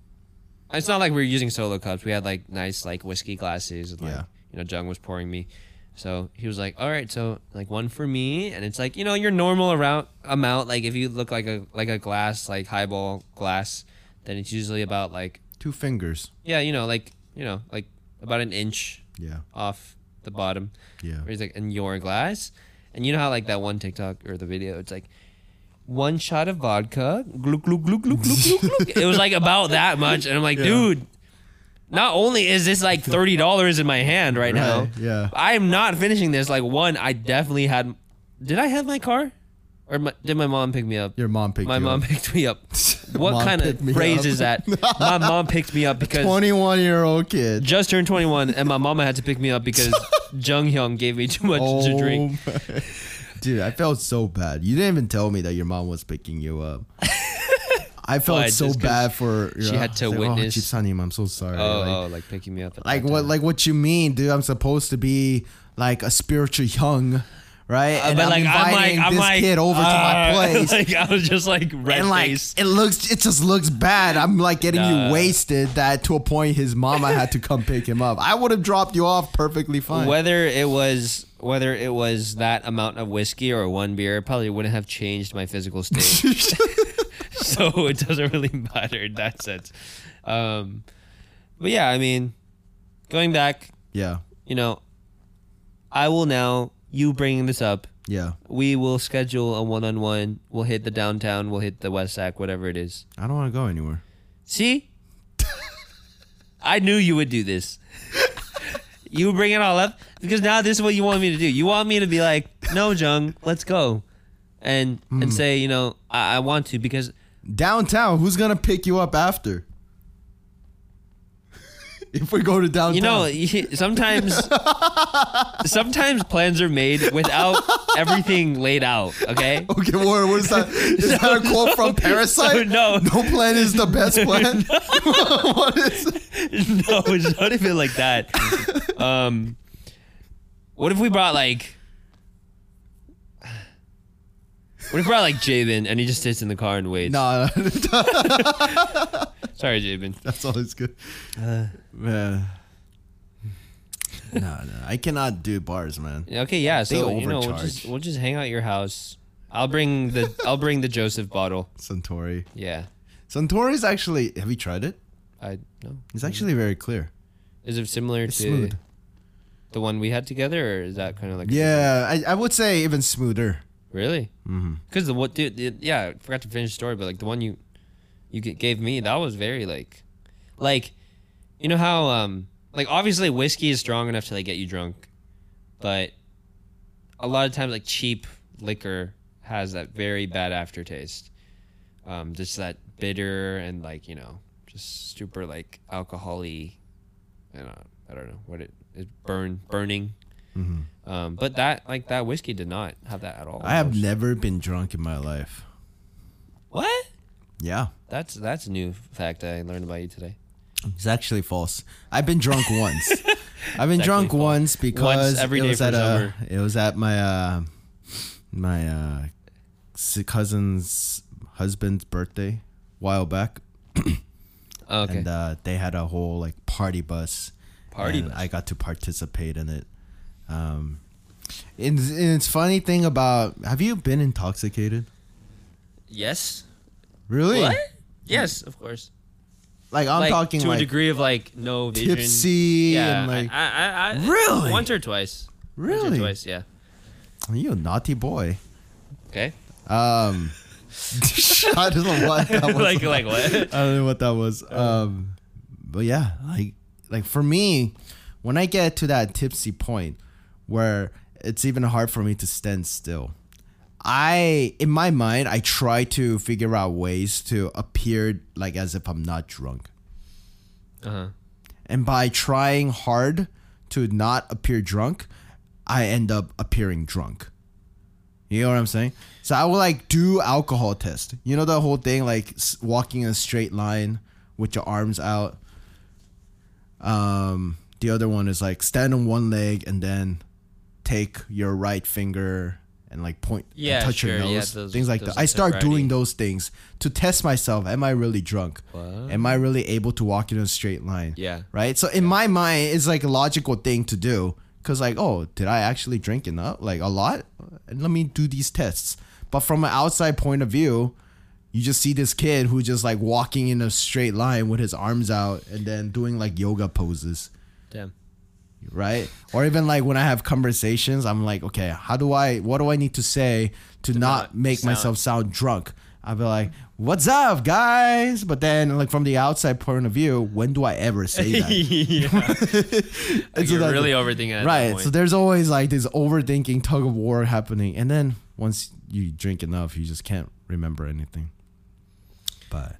Speaker 1: it's not like we were using solo cups. We had like nice like whiskey glasses. And, like,
Speaker 2: Yeah.
Speaker 1: You know, Jung was pouring me. So he was like, "All right, so like one for me," and it's like you know your normal around amount. Like if you look like a like a glass like highball glass, then it's usually about like
Speaker 2: Two fingers.
Speaker 1: yeah you know like you know like about an inch
Speaker 2: Yeah.
Speaker 1: off the bottom.
Speaker 2: Yeah.
Speaker 1: Where he's like, in your glass. And you know how like that one TikTok or the video, it's like one shot of vodka, gluk gluk gluk gluk gluk gluk. gluk. it was like about that much, and I'm like, dude. Not only is this like thirty dollars in my hand right, now,
Speaker 2: yeah.
Speaker 1: I am not finishing this. Like one, I definitely had. Did I have my car, or my, did my mom pick me up?
Speaker 2: Your mom picked
Speaker 1: my
Speaker 2: you
Speaker 1: mom
Speaker 2: up.
Speaker 1: picked me up. What
Speaker 2: Mom
Speaker 1: kind of
Speaker 2: picked me
Speaker 1: phrase
Speaker 2: up.
Speaker 1: is that? my mom picked me up because
Speaker 2: 21 year old kid.
Speaker 1: just turned 21 and my mama had to pick me up because Jung Hyung gave me too much to drink.
Speaker 2: my- Dude, I felt so bad. You didn't even tell me that your mom was picking you up. I felt
Speaker 1: Why?
Speaker 2: so
Speaker 1: Just 'cause
Speaker 2: bad for
Speaker 1: she had to
Speaker 2: I was
Speaker 1: witness-
Speaker 2: Oh, Chipsanim, I'm so sorry.
Speaker 1: Oh,
Speaker 2: Like,
Speaker 1: oh, like picking me up. At
Speaker 2: like
Speaker 1: that
Speaker 2: what
Speaker 1: time.
Speaker 2: like what you mean dude i'm supposed to be like a spiritual young
Speaker 3: right? and
Speaker 1: Uh, but
Speaker 3: I'm
Speaker 1: like I'm
Speaker 3: inviting
Speaker 1: like I'm
Speaker 3: this
Speaker 1: like
Speaker 3: kid over to my
Speaker 1: uh,
Speaker 3: place.
Speaker 1: Like I was just like red
Speaker 3: and like
Speaker 1: face.
Speaker 3: it looks, it just looks bad. I'm like getting
Speaker 1: Nah.
Speaker 3: you wasted. That to a point, his mama had to come pick him up. I would have dropped you off perfectly fine.
Speaker 1: Whether it was whether it was that amount of whiskey or one beer, it probably wouldn't have changed my physical state. so it doesn't really matter in that sense. Um, but yeah, I mean, going back,
Speaker 3: yeah,
Speaker 1: you know, I will now. You bringing this up,
Speaker 3: yeah.
Speaker 1: we will schedule a one-on-one. We'll hit the downtown. We'll hit the West Sac, whatever it is.
Speaker 3: I don't want to go anywhere.
Speaker 1: See? I knew you would do this. you bring it all up because now this is what you want me to do. You want me to be like, no, Jung, let's go. And and say, you know, I, I want to because
Speaker 3: Downtown, who's gonna pick you up after? if we go to downtown,
Speaker 1: you know you- sometimes sometimes plans are made without everything laid out. Okay.
Speaker 3: Okay, what, what is that? Is that a quote from Parasite?
Speaker 1: no.
Speaker 3: no plan is the best plan. what is?
Speaker 1: no, it's not even like that. Um, what if we brought like, what if we brought like Jabin and he just sits in the car and waits?
Speaker 3: No, no,
Speaker 1: Sorry, Jabin.
Speaker 3: that's always good.
Speaker 1: Uh.
Speaker 2: Man. no, no, I cannot do bars, man.
Speaker 1: Okay, yeah. So
Speaker 2: They
Speaker 1: you know, we'll
Speaker 2: overcharge.
Speaker 1: just we'll just hang out at your house. I'll bring the I'll bring the Joseph bottle.
Speaker 3: Suntory.
Speaker 1: Yeah,
Speaker 3: Suntory's actually. Have you tried it?
Speaker 1: I no.
Speaker 3: It's actually very clear.
Speaker 1: Is it similar to
Speaker 3: smooth.
Speaker 1: the one we had together, or is that kind of like
Speaker 3: Yeah, I, I would say even smoother.
Speaker 1: Really? Because the what dude? the- yeah, I forgot to finish the story, but like the one you you g- gave me, that was very like, like, you know how um like obviously whiskey is strong enough to like get you drunk, but a lot of times like cheap liquor has that very bad aftertaste, um just that bitter and like you know just super like alcoholy, and uh, I don't know what it it burn burning. Um, but that like that whiskey did not have that at all.
Speaker 2: Mm-hmm. I have never been drunk in my life.
Speaker 1: What?
Speaker 2: Yeah,
Speaker 1: That's that's a new fact I learned about you today.
Speaker 2: it's actually false. I've been drunk once. I've been drunk
Speaker 1: actually false.
Speaker 2: once because
Speaker 1: every
Speaker 2: it
Speaker 1: day
Speaker 2: was
Speaker 1: for
Speaker 2: at
Speaker 1: summer.
Speaker 2: a, it was at my uh, my uh, s- cousin's husband's birthday while back,
Speaker 1: Oh, okay.
Speaker 2: and uh, they had a whole like party bus.
Speaker 1: Party
Speaker 2: and
Speaker 1: bus.
Speaker 2: I got to participate in it. Um, and, and it's funny thing about have you been intoxicated?
Speaker 1: yes.
Speaker 2: Really?
Speaker 1: What? Yes, of course.
Speaker 2: Like I'm
Speaker 1: like,
Speaker 2: talking
Speaker 1: to
Speaker 2: like
Speaker 1: a degree of like no vision.
Speaker 2: tipsy
Speaker 1: Yeah.
Speaker 2: and like
Speaker 1: I, I, I,
Speaker 2: Really?
Speaker 1: Once or twice. Once
Speaker 2: really
Speaker 1: or twice. Yeah.
Speaker 2: you a naughty boy.
Speaker 1: Okay.
Speaker 2: Um, I don't know what that was.
Speaker 1: like like what?
Speaker 2: I don't know what that was. Um, but yeah, like like for me, when I get to that tipsy point where it's even hard for me to stand still, I in my mind I try to figure out ways to appear like as if I'm not drunk,
Speaker 1: Uh huh.
Speaker 2: and by trying hard to not appear drunk, I end up appearing drunk. You know what I'm saying? So I will like do alcohol test. You know the whole thing like s- walking in a straight line with your arms out. Um, the other one is like stand on one leg and then take your right finger and like point and
Speaker 1: Yeah,
Speaker 2: touch your
Speaker 1: sure, yeah,
Speaker 2: nose,
Speaker 1: those-
Speaker 2: things like
Speaker 1: those
Speaker 2: that. I
Speaker 1: are
Speaker 2: start doing
Speaker 1: sobriety.
Speaker 2: those things to test myself. Am I really drunk?
Speaker 1: Wow.
Speaker 2: Am I really able to walk in a straight line?
Speaker 1: Yeah.
Speaker 2: Right. So in my mind, it's like a logical thing to do because like, oh, did I actually drink enough? Like a lot? And let me do these tests. But from an outside point of view, you just see this kid who just like walking in a straight line with his arms out and then doing like yoga poses,
Speaker 1: Damn.
Speaker 2: right? Or even like when I have conversations, I'm like, okay, how do I? What do I need to say to, not,
Speaker 1: not
Speaker 2: make
Speaker 1: sound-
Speaker 2: myself sound drunk? I'll be like, "What's up, guys?" But then, like from the outside point of view, when do I ever say that?
Speaker 1: yeah.
Speaker 2: It's
Speaker 1: You're
Speaker 2: like-
Speaker 1: really overthinking it. at that
Speaker 2: right
Speaker 1: point.
Speaker 2: so there's always like this overthinking tug of war happening and then once you drink enough you just can't remember anything but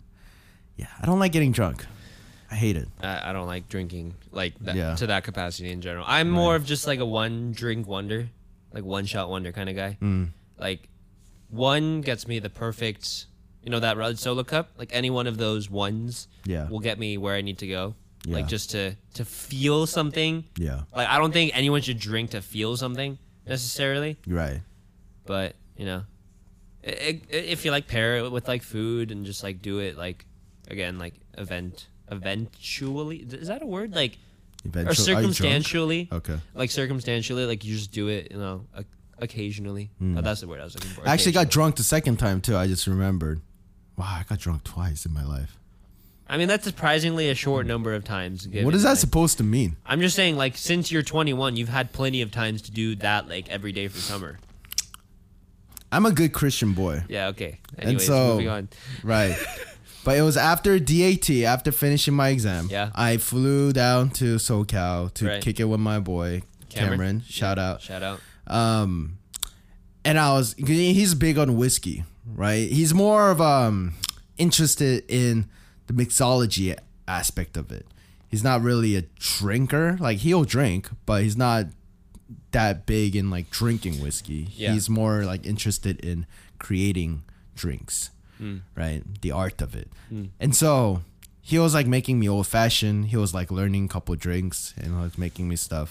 Speaker 2: yeah i don't like getting drunk i hate it
Speaker 1: I, I don't like drinking like that,
Speaker 2: Yeah.
Speaker 1: to that capacity in general. I'm more of just like a one drink wonder, like one shot wonder kind of guy.
Speaker 2: Mm.
Speaker 1: Like one gets me the perfect, you know, that Red Solo cup. Like any one of those ones,
Speaker 2: Yeah.
Speaker 1: will get me where I need to go.
Speaker 2: Yeah.
Speaker 1: Like just to to feel something.
Speaker 2: yeah
Speaker 1: Like I don't think anyone should drink to feel something. necessarily,
Speaker 2: Right.
Speaker 1: but you know, i i if you like pair it with like food and just like do it like again like event eventually is that a word like or
Speaker 2: Eventually. are you drunk? Oh.
Speaker 1: circumstantially
Speaker 2: Okay.
Speaker 1: like circumstantially like you just do it you know o- occasionally oh, that's the word I was looking for
Speaker 2: Hmm. I actually got
Speaker 1: occasionally.
Speaker 2: drunk the second time too. I just remembered. Wow, I got drunk twice in my life.
Speaker 1: I mean that's surprisingly a short number of times given,
Speaker 2: What is that
Speaker 1: like-
Speaker 2: supposed to mean?
Speaker 1: I'm just saying, like, since you're 21, you've had plenty of times to do that, like, every day for summer.
Speaker 2: I'm a good Christian boy.
Speaker 1: Yeah, okay. Anyways,
Speaker 2: so-
Speaker 1: moving on.
Speaker 2: Right. but it was after DAT, after finishing my exam.
Speaker 1: Yeah.
Speaker 2: I flew down to SoCal to
Speaker 1: Right.
Speaker 2: kick it with my boy Cameron.
Speaker 1: Cameron.
Speaker 2: Shout out.
Speaker 1: Shout out.
Speaker 2: Um, and I was 'cause he- he's big on whiskey, right? He's more of um interested in the mixology aspect of it. He's not really a drinker. Like he'll drink, but he's not that big in like drinking whiskey.
Speaker 1: Yeah.
Speaker 2: He's more like interested in creating drinks,
Speaker 1: Hmm.
Speaker 2: right? The art of it. And so he was like making me old fashioned. He was like learning a couple drinks and like making me stuff.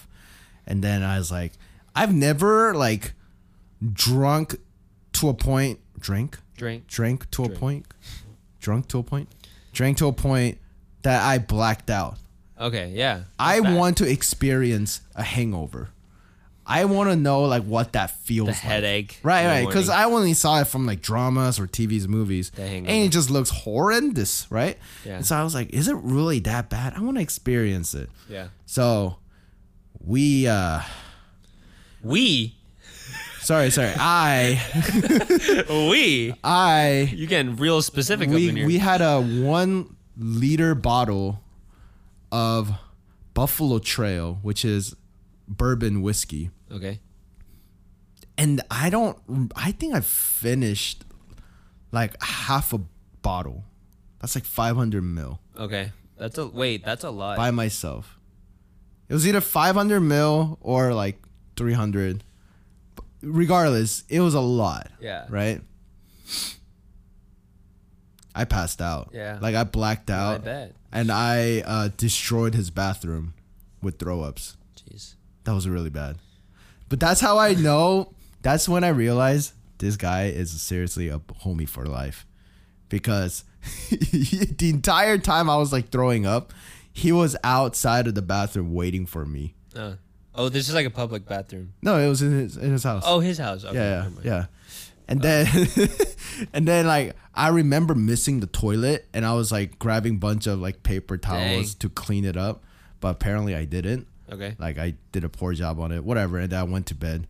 Speaker 2: And then I was like, I've never like drunk to a point, drink,
Speaker 1: Drink.
Speaker 2: drank to a point, drunk to a point, drank to a point that I blacked out.
Speaker 1: Okay, yeah.
Speaker 2: I
Speaker 1: Back.
Speaker 2: want to experience a hangover. I want to know like what that feels
Speaker 1: the
Speaker 2: like.
Speaker 1: headache.
Speaker 2: Right,
Speaker 1: in the
Speaker 2: right. Because
Speaker 1: morning.
Speaker 2: I only saw it from like dramas or TV's movies,
Speaker 1: The Hangover.
Speaker 2: and it just looks horrendous, right?
Speaker 1: Yeah.
Speaker 2: And so I was like, "Is it really that bad? I want to experience it."
Speaker 1: Yeah.
Speaker 2: So we, uh
Speaker 1: We.
Speaker 2: sorry, sorry, I,
Speaker 1: We.
Speaker 2: I,
Speaker 1: You're getting real specific up in
Speaker 2: we,
Speaker 1: here.
Speaker 2: we had a one liter bottle of Buffalo Trail, which is bourbon whiskey.
Speaker 1: okay.
Speaker 2: and I don't. I think I finished like half a bottle. That's like 500 mil
Speaker 1: Okay. That's a wait. That's a lot.
Speaker 2: by myself. It was either 500 mil or like 300. But Regardless, it was a lot.
Speaker 1: Yeah.
Speaker 2: Right. I passed out.
Speaker 1: Yeah.
Speaker 2: Like I blacked
Speaker 1: I
Speaker 2: out,
Speaker 1: bet.
Speaker 2: and I uh, destroyed his bathroom with throw ups.
Speaker 1: Jeez.
Speaker 2: That was really bad. But that's how I know. That's when I realized this guy is seriously a homie for life. Because the entire time I was like throwing up, he was outside of the bathroom waiting for me.
Speaker 1: Uh, oh, this is like a public bathroom.
Speaker 2: No, it was in his in his house.
Speaker 1: Oh, his house. Okay,
Speaker 2: yeah,
Speaker 1: never mind.
Speaker 2: yeah. And then and then like I remember missing the toilet and I was like grabbing bunch of like paper towels
Speaker 1: Dang.
Speaker 2: to clean it up, but apparently I didn't
Speaker 1: Okay.
Speaker 2: like I did a poor job on it, whatever. And then I went to bed,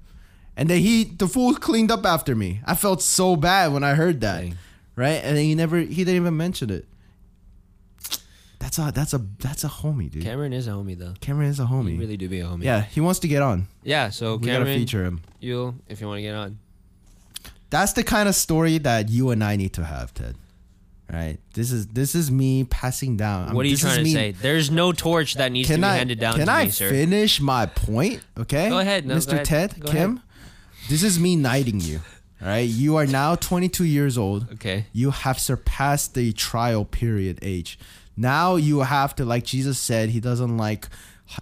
Speaker 2: and then he, the fool, cleaned up after me. I felt so bad when I heard that, right? And then he never, he didn't even mention it. That's a, that's a, that's a homie, dude.
Speaker 1: Cameron is a homie though.
Speaker 2: Cameron is a homie.
Speaker 1: You really do be a homie.
Speaker 2: yeah, he wants to get on.
Speaker 1: Yeah. So
Speaker 2: We
Speaker 1: Cameron,
Speaker 2: gotta feature him.
Speaker 1: you if you want to get on.
Speaker 2: That's the kind of story that you and I need to have, Ted. Right? This is this is me passing down. I mean,
Speaker 1: What are you
Speaker 2: Um, this is
Speaker 1: trying to
Speaker 2: me-
Speaker 1: say? There's no torch that needs to
Speaker 2: Can
Speaker 1: be
Speaker 2: I
Speaker 1: handed down
Speaker 2: can
Speaker 1: to
Speaker 2: I
Speaker 1: me, sir.
Speaker 2: finish my point? Okay.
Speaker 1: Go ahead, no, go
Speaker 2: Mr.
Speaker 1: ahead.
Speaker 2: Ted,
Speaker 1: Go
Speaker 2: Kim. This is me knighting you. All right. You are now 22 years old.
Speaker 1: Okay.
Speaker 2: You have surpassed the trial period age. Now you have to, like Jesus said, he doesn't like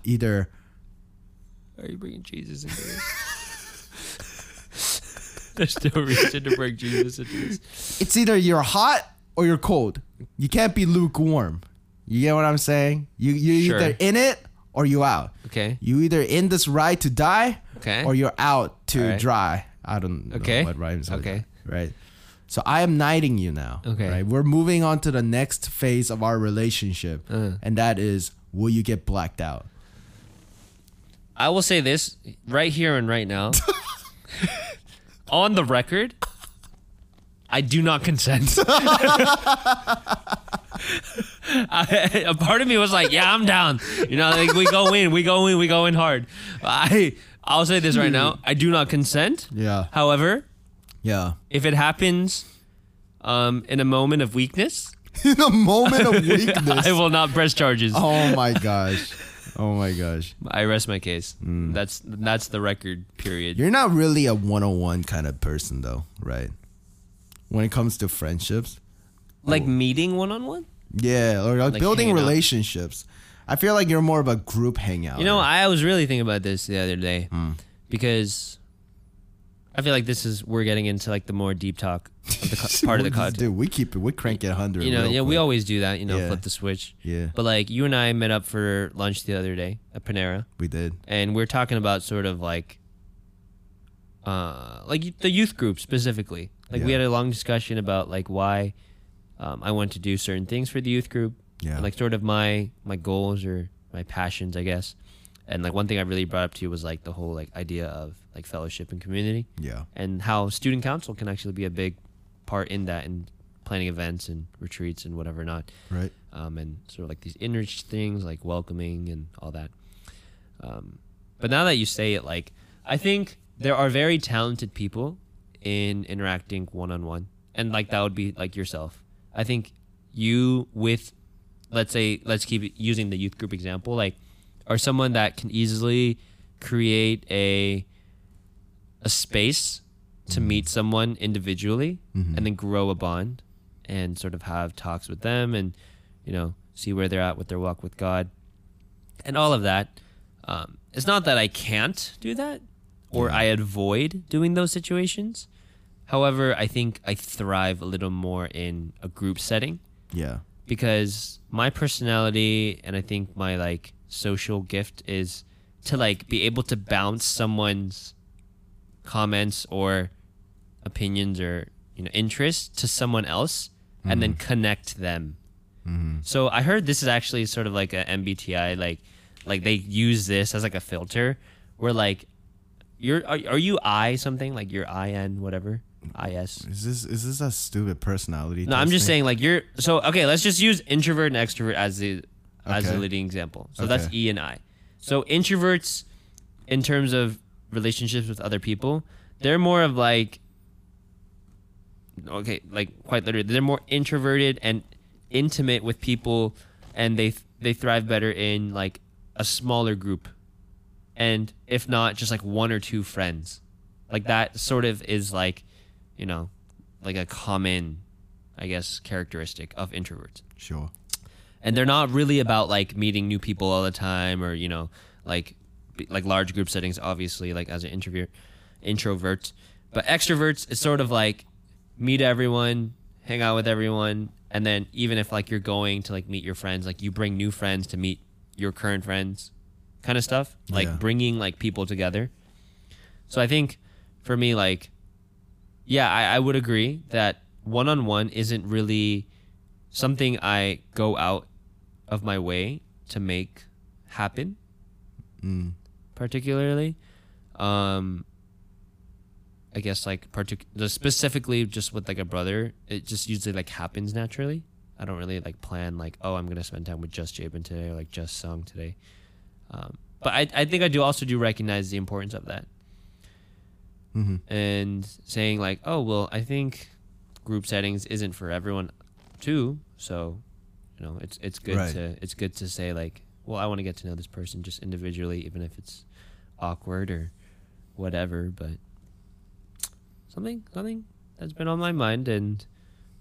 Speaker 2: either.
Speaker 1: Are you bringing Jesus into this? There's no reason to bring Jesus into this.
Speaker 2: It's either you're hot or you're cold. You can't be lukewarm. You get what I'm saying? You you
Speaker 1: Sure.
Speaker 2: either in it or you out.
Speaker 1: Okay.
Speaker 2: You either in this ride to die,
Speaker 1: Okay.
Speaker 2: or you're out to
Speaker 1: Alright.
Speaker 2: dry. I don't know
Speaker 1: Eh? Okay.
Speaker 2: what rhymes. with
Speaker 1: Okay.
Speaker 2: that, right. So I am knighting you now.
Speaker 1: Okay.
Speaker 2: Right. We're moving on to the next phase of our relationship,
Speaker 1: Uh.
Speaker 2: and that is, will you get blacked out?
Speaker 1: I will say this right here and right now. On the record, I do not consent. I, a part of me was like, "Yeah, I'm down." You know, like we go in, we go in, we go in hard. I I'll say this right now: I do not consent.
Speaker 2: Yeah.
Speaker 1: However,
Speaker 2: Yeah.
Speaker 1: if it happens um, in a moment of weakness,
Speaker 2: in a moment of weakness.
Speaker 1: I will not press charges.
Speaker 2: oh my gosh. Oh my gosh.
Speaker 1: I rest my case.
Speaker 2: Mm.
Speaker 1: That's that's the record period.
Speaker 2: You're not really a 101 kind of person, though, right? When it comes to friendships.
Speaker 1: like meeting one on one.
Speaker 2: Yeah, or like,
Speaker 1: Like
Speaker 2: building
Speaker 1: hanging out.
Speaker 2: relationships. I feel like you're more of a group hangout. Hmm.
Speaker 1: You know, I was really thinking about this the other day because I feel like this is we're getting into like the more deep talk of the co- part of the content.
Speaker 2: Dude, we keep it. We crank it 100.
Speaker 1: You know,
Speaker 2: real
Speaker 1: yeah, we
Speaker 2: quick.
Speaker 1: always do that. You know,
Speaker 2: Yeah.
Speaker 1: flip the switch.
Speaker 2: Yeah.
Speaker 1: But like you and I met up for lunch the other day at Panera,
Speaker 2: We did.
Speaker 1: and we are talking about sort of like, uh, like the youth group specifically. Like we
Speaker 2: Yeah.
Speaker 1: had a long discussion about like why um, I want to do certain things for the youth group.
Speaker 2: Yeah.
Speaker 1: and, like sort of my my goals or my passions, I guess. And like one thing I really brought up to you was like the whole like idea of like fellowship and community
Speaker 2: Yeah.
Speaker 1: and how student council can actually be a big part in that and planning events and retreats and whatever not
Speaker 2: Right.
Speaker 1: um, and sort of like these inner things like welcoming and all that um, but now that you say it like i think there are very talented people in interacting one-on-one and like that would be like yourself i think you with let's say let's keep it- using the youth group example like are someone that can easily create a a space to meet someone individually and then grow a bond and sort of have talks with them and you know see where they're at with their walk with god and all of that um, it's not that i can't do that or i avoid doing those situations however i think i thrive a little more in a group setting
Speaker 2: Yeah.
Speaker 1: because my personality and I think my like social gift is to like be able to bounce someone's comments or opinions or you know interests to someone else and then connect them. So I heard this is actually sort of like a MBTI like like they use this as like a filter where like you're are, are you I something like you're IN whatever IS
Speaker 2: Is this is this a stupid personality?
Speaker 1: no, I'm just saying
Speaker 2: testing?
Speaker 1: like you're so okay. Let's just use introvert and extrovert as the as the
Speaker 2: Okay.
Speaker 1: leading example. So that's E
Speaker 2: Okay.
Speaker 1: and I. So introverts, in terms of relationships with other people, they're more of like okay, like quite literally, they're more introverted and intimate with people, and they they thrive better in like a smaller group, and if not, just like one or two friends, like that sort of is like, you know, like a common, I guess, characteristic of introverts
Speaker 2: Sure.
Speaker 1: and they're not really about like meeting new people all the time or you know like b- like large group settings obviously like as an introvert introvert but extroverts it's sort of like meet everyone hang out with everyone and then even if like you're going to like meet your friends like you bring new friends to meet your current friends kind of stuff like
Speaker 2: Yeah.
Speaker 1: bringing like people together so i think for me like yeah i, I would agree that one-on-one isn't really something I go out of my way to make happen, particularly. Um, I guess like partic- the- specifically just with like a brother, it just usually like happens naturally. I don't really like plan like oh I'm gonna spend time with just Jabin today or like just Song today, um, but I I think I do also do recognize the importance of that.
Speaker 2: Mm-hmm.
Speaker 1: And saying like oh well I think group settings isn't for everyone too so you know it's it's good
Speaker 2: Right.
Speaker 1: to it's good to say like well I want to get to know this person just individually even if it's awkward or whatever but something something that's been on my mind and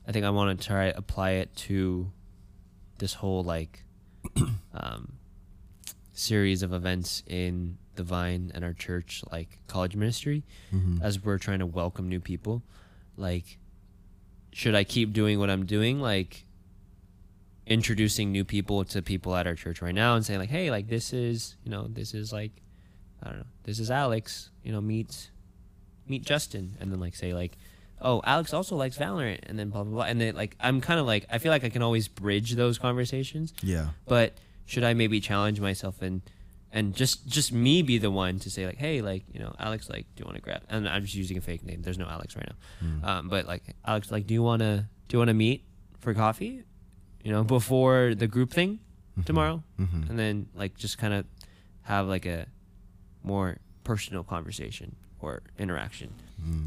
Speaker 1: I think I want to try apply it to this whole like um, series of events in the Vine and our church like college ministry as we're trying to welcome new people like should I keep doing what I'm doing like introducing new people to people at our church right now and saying like hey like this is you know this is like I don't know this is Alex you know meet meet Justin and then like say like oh Alex also likes Valorant and then blah blah blah and then like I'm kind of like I feel like I can always bridge those conversations
Speaker 2: Yeah.
Speaker 1: but should I maybe challenge myself and and just just me be the one to say like hey like you know Alex like do you want to grab and I'm just using a fake name there's no Alex right now um, but like Alex like do you want to do you want to meet for coffee you know before the group thing tomorrow
Speaker 2: Mm-hmm.
Speaker 1: and then like just kind of have like a more personal conversation or interaction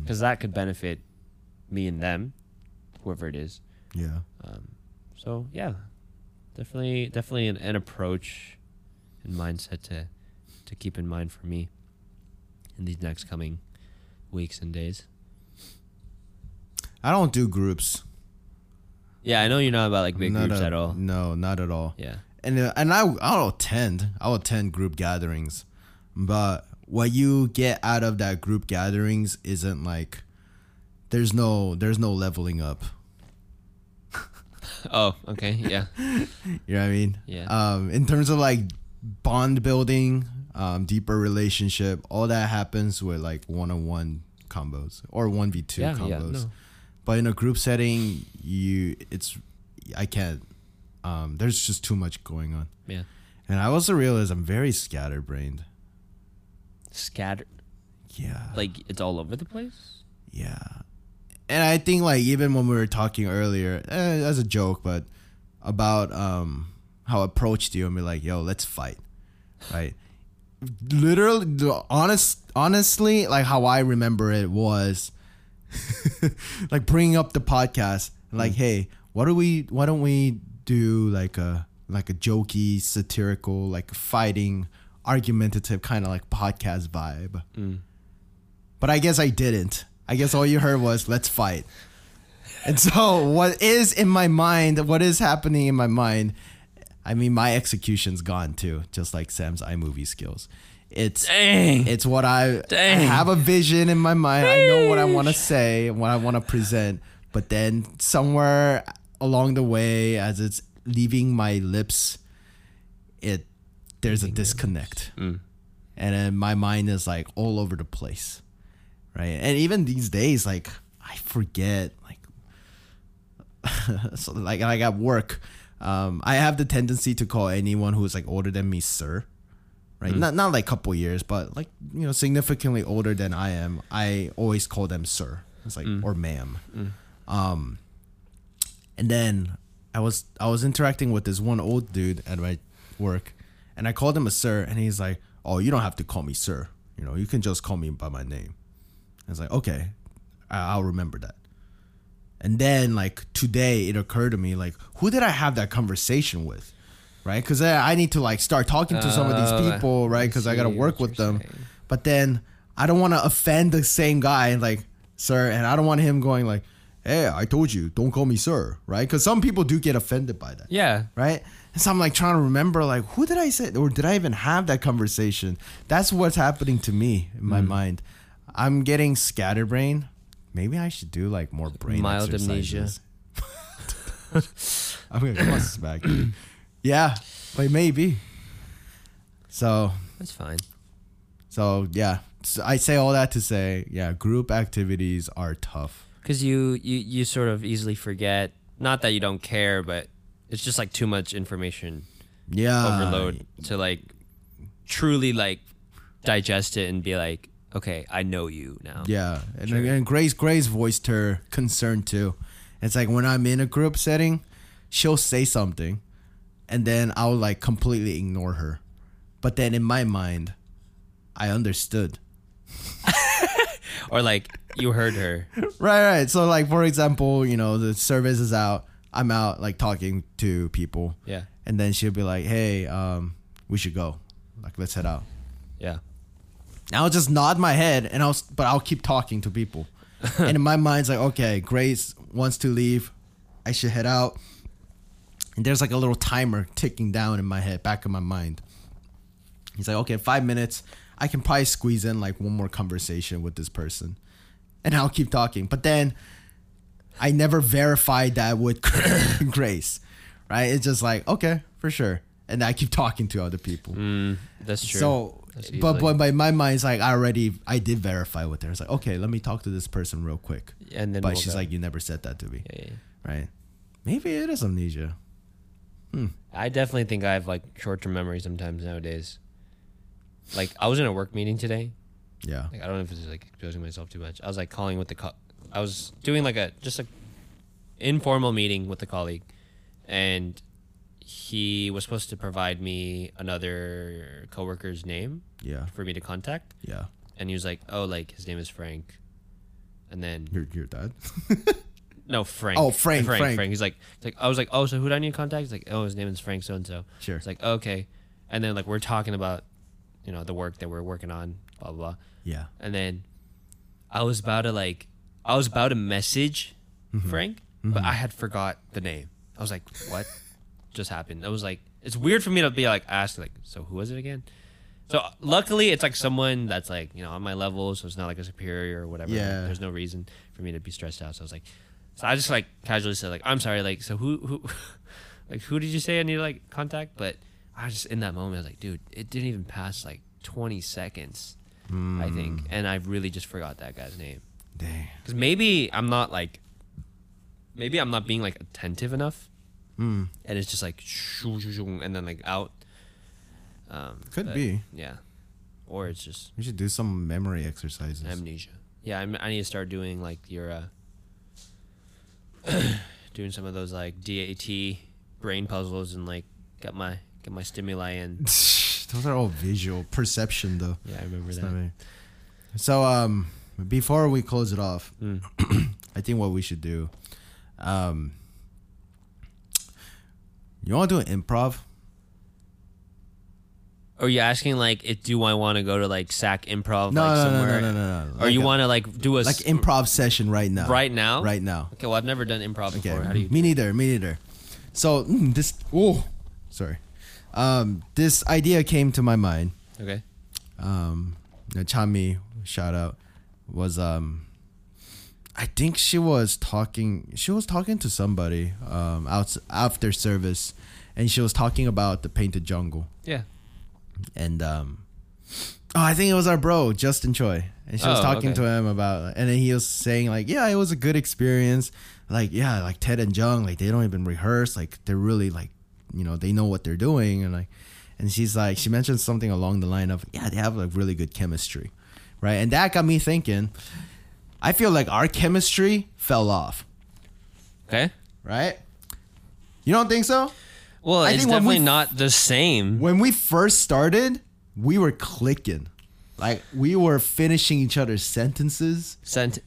Speaker 1: because that could benefit me and them whoever it is
Speaker 2: Yeah.
Speaker 1: Um, so yeah, definitely, definitely an, an approach and mindset to to keep in mind for me in these next coming weeks and days.
Speaker 2: I don't do groups.
Speaker 1: Yeah, I know you're not about like big
Speaker 2: Not
Speaker 1: groups
Speaker 2: a-
Speaker 1: at all.
Speaker 2: No, not at all.
Speaker 1: Yeah,
Speaker 2: and uh, and I I'll attend I'll attend group gatherings, but what you get out of that group gatherings isn't like there's no there's no leveling up.
Speaker 1: Oh, okay. Yeah.
Speaker 2: You know what I mean?
Speaker 1: Yeah.
Speaker 2: Um, in terms of like bond building, um, deeper relationship, all that happens with like one on one combos or one v two
Speaker 1: Yeah, yeah,
Speaker 2: combos.
Speaker 1: no.
Speaker 2: But in a group setting, you it's I can't. Um, there's just too much going on,
Speaker 1: Yeah.
Speaker 2: and I also realize I'm very scatterbrained.
Speaker 1: Scattered.
Speaker 2: Yeah.
Speaker 1: Like it's all over the place.
Speaker 2: Yeah. And I think like even when we were talking earlier, eh, as a joke, but about um how I approached you and be like, "Yo, let's fight." Right? Literally the- honest honestly, like how I remember it was like bringing up the podcast and like, "Hey, what do we why don't we do like a like a jokey, satirical, like fighting, argumentative kind of like podcast vibe?" But I guess I didn't. I guess all you heard was let's fight. And so what is in my mind, what is happening in my mind, I mean my execution's gone too, just like Sam's iMovie skills. It's
Speaker 1: Dang.
Speaker 2: it's what I, I
Speaker 1: Dang.
Speaker 2: have a vision in my mind. I know what I want to say and what I want to present, but then somewhere along the way as it's leaving my lips, it there's a disconnect
Speaker 1: Mm.
Speaker 2: and then my mind is like all over the place right and even these days like i forget like so like like at work um i have the tendency to call anyone who's like older than me sir right
Speaker 1: Mm.
Speaker 2: not not like couple years but like you know significantly older than i am i always call them sir it's
Speaker 1: Mm.
Speaker 2: like or ma'am um and then I was I was interacting with this one old dude at my work, and I called him a sir, and he's like, "Oh, you don't have to call me sir. You know, you can just call me by my name." I was like, "Okay, I- I'll remember that." And then like today, it occurred to me like, who did I have that conversation with, right? Because I, I need to like start talking to some of
Speaker 1: Oh,
Speaker 2: these
Speaker 1: I-
Speaker 2: people, right?
Speaker 1: I
Speaker 2: Because I, gotta
Speaker 1: see
Speaker 2: work
Speaker 1: what
Speaker 2: with
Speaker 1: you're
Speaker 2: them,
Speaker 1: saying.
Speaker 2: but then I don't want to offend the same guy, like sir, and I don't want him going like, "Hey, I told you, don't call me sir," right? Because some people do get offended by that,
Speaker 1: Yeah.
Speaker 2: right? And so I'm like trying to remember, like, who did I say, or did I even have that conversation? That's what's happening to me in
Speaker 1: Mm.
Speaker 2: my mind. I'm getting scatterbrained. Maybe I should do like more brain
Speaker 1: Mild amnesia.
Speaker 2: exercises. I'm gonna come on smack. you. Yeah, like maybe. So
Speaker 1: That's fine.
Speaker 2: so yeah, so I say all that to say, yeah, group activities are tough.
Speaker 1: Because you, you you sort of easily forget. Not that you don't care, but it's just like too much information
Speaker 2: Yeah,
Speaker 1: overload
Speaker 2: Uh,
Speaker 1: to like truly like digest it and be like, okay, I know you now.
Speaker 2: Yeah, and, and Grace Grace voiced her concern too. It's like when I'm in a group setting, she'll say something, and then I'll like completely ignore her. But then in my mind, I understood.
Speaker 1: Or like you heard her.
Speaker 2: Right, right. So like for example, you know the service is out. I'm out like talking to people,
Speaker 1: Yeah.
Speaker 2: and then she'll be like, "Hey, um, we should go. Like let's head out."
Speaker 1: Yeah.
Speaker 2: And I'll just nod my head and I'll s- but I'll keep talking to people. and in my mind's like, okay, Grace wants to leave. I should head out. And there's like a little timer ticking down in my head, back of my mind. He's like, okay, five minutes. I can probably squeeze in like one more conversation with this person. And I'll keep talking. But then I never verified that with Grace. Right? It's just like, okay, for sure. And I keep talking to other people.
Speaker 1: Mm, That's true.
Speaker 2: So,
Speaker 1: That's
Speaker 2: but,
Speaker 1: easily-
Speaker 2: but but my mind's like I already I did verify with her. It's like okay, let me talk to this person real quick.
Speaker 1: and then
Speaker 2: but
Speaker 1: we'll
Speaker 2: she's
Speaker 1: go.
Speaker 2: like, you never said that to me,
Speaker 1: Yeah, yeah.
Speaker 2: right? Maybe it is amnesia.
Speaker 1: I definitely think I have like short term memory sometimes nowadays. Like I was in a work meeting today.
Speaker 2: Yeah,
Speaker 1: Like I don't know if it's like exposing myself too much. I was like calling with the co- I was doing like a just a informal meeting with a colleague, and he was supposed to provide me another coworker's name
Speaker 2: yeah,
Speaker 1: for me to contact,
Speaker 2: yeah.
Speaker 1: and he was like, "Oh, like his name is Frank," and then
Speaker 2: Your your dad.
Speaker 1: no Frank.
Speaker 2: Oh, Frank,
Speaker 1: Frank.
Speaker 2: Frank.
Speaker 1: He's like, it's like I was like, oh, so who do I need to contact? He's like, oh, his name is Frank so and so.
Speaker 2: Sure.
Speaker 1: It's like okay, and then like we're talking about, you know, the work that we're working on, blah blah. blah.
Speaker 2: Yeah,
Speaker 1: And then I was about to like, I was about to message Frank, but I had forgot the name. I was like, what just happened? I was like, it's weird for me to be like asked like, so who was it again? So luckily, it's like someone that's like you know on my level, so it's not like a superior or whatever. Like,
Speaker 2: Yeah.
Speaker 1: there's no reason for me to be stressed out. So I was like, so I just like casually said like I'm sorry, like so who who, like who did you say I need to like contact? But I was just in that moment, I was like, dude, it didn't even pass like 20 seconds, I think, and I really just forgot that guy's name
Speaker 2: Dang.
Speaker 1: because maybe I'm not like, maybe I'm not being like attentive enough,
Speaker 2: Hmm.
Speaker 1: mm. and it's just like shoo, shoo, shoo, and then like out. Um,
Speaker 2: Could
Speaker 1: but-
Speaker 2: be.
Speaker 1: yeah, or it's just
Speaker 2: We should do some memory exercises.
Speaker 1: amnesia. Yeah, I'm, I need to start doing like your, uh, doing some of those like DAT brain puzzles and like get my get my stimuli in.
Speaker 2: Those are all visual perception, though.
Speaker 1: Yeah, I remember
Speaker 2: It's
Speaker 1: that.
Speaker 2: not me. So, um, before we close it off,
Speaker 1: Mm.
Speaker 2: I think what we should do, um, you want to do an improv?
Speaker 1: Are you asking like, if, do I want to go to like SAC improv
Speaker 2: No,
Speaker 1: like
Speaker 2: no, no,
Speaker 1: somewhere?
Speaker 2: no, no, no, no.
Speaker 1: Or
Speaker 2: Like
Speaker 1: you
Speaker 2: a-
Speaker 1: want to like do a
Speaker 2: like
Speaker 1: s-
Speaker 2: improv session right now?
Speaker 1: right now?
Speaker 2: Right now.
Speaker 1: Okay, well, I've never done improv
Speaker 2: Okay.
Speaker 1: before. How do you?
Speaker 2: me neither. Me neither. So mm, this. Oh, sorry. Um, this idea came to my mind.
Speaker 1: Okay.
Speaker 2: um uh, Chami shout out was um I think she was talking she was talking to somebody um out after service and she was talking about the painted jungle
Speaker 1: Yeah.
Speaker 2: and um oh I think it was our bro Justin Choi and she was
Speaker 1: Oh,
Speaker 2: talking
Speaker 1: okay.
Speaker 2: to him about and then he was saying like yeah it was a good experience like yeah like Ted and Jung like they don't even rehearse like they're really like you know they know what they're doing and like and she's like she mentioned something along the line of yeah they have like really good chemistry right and that got me thinking I feel like our chemistry fell off
Speaker 1: Okay.
Speaker 2: right you don't think so
Speaker 1: Well,
Speaker 2: I
Speaker 1: it's
Speaker 2: think when we
Speaker 1: definitely
Speaker 2: f-
Speaker 1: not the same.
Speaker 2: when we first started, we were clicking. Like we were finishing each other's sentences.
Speaker 1: Sent.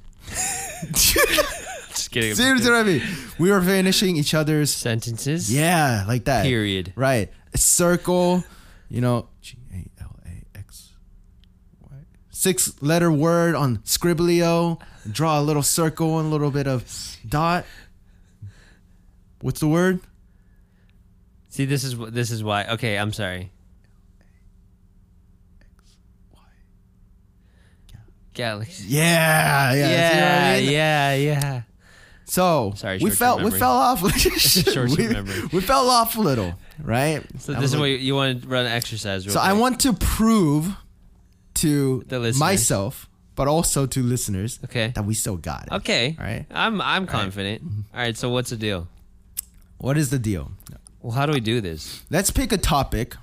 Speaker 1: Just kidding.
Speaker 2: Seriously, what I mean? We were finishing each other's
Speaker 1: Sentences.
Speaker 2: yeah, like that.
Speaker 1: Period.
Speaker 2: Right. Circle, you know, G A L A X Y. Six letter word on Scriblio. Draw a little circle and a little bit of dot. What's the word?
Speaker 1: See, this is wh- this is why. Okay, I'm sorry. Galaxy.
Speaker 2: Yeah, yeah, see what I
Speaker 1: Yeah,
Speaker 2: mean?
Speaker 1: yeah, yeah.
Speaker 2: So
Speaker 1: Sorry,
Speaker 2: we
Speaker 1: short-term
Speaker 2: fell we
Speaker 1: memory.
Speaker 2: fell off.
Speaker 1: Short-term
Speaker 2: we,
Speaker 1: memory.
Speaker 2: we fell off a little, right?
Speaker 1: So
Speaker 2: I
Speaker 1: this
Speaker 2: was
Speaker 1: is what
Speaker 2: like-
Speaker 1: you, you want to run an exercise. Real
Speaker 2: so I
Speaker 1: quick.
Speaker 2: want to prove to
Speaker 1: The listeners.
Speaker 2: myself, but also to listeners,
Speaker 1: Okay.
Speaker 2: that we still got it.
Speaker 1: Okay.
Speaker 2: All right. Mm-hmm.
Speaker 1: I'm I'm confident. All right. So what's the deal?
Speaker 2: What is the deal?
Speaker 1: Well, how do we do this?
Speaker 2: Let's pick a topic.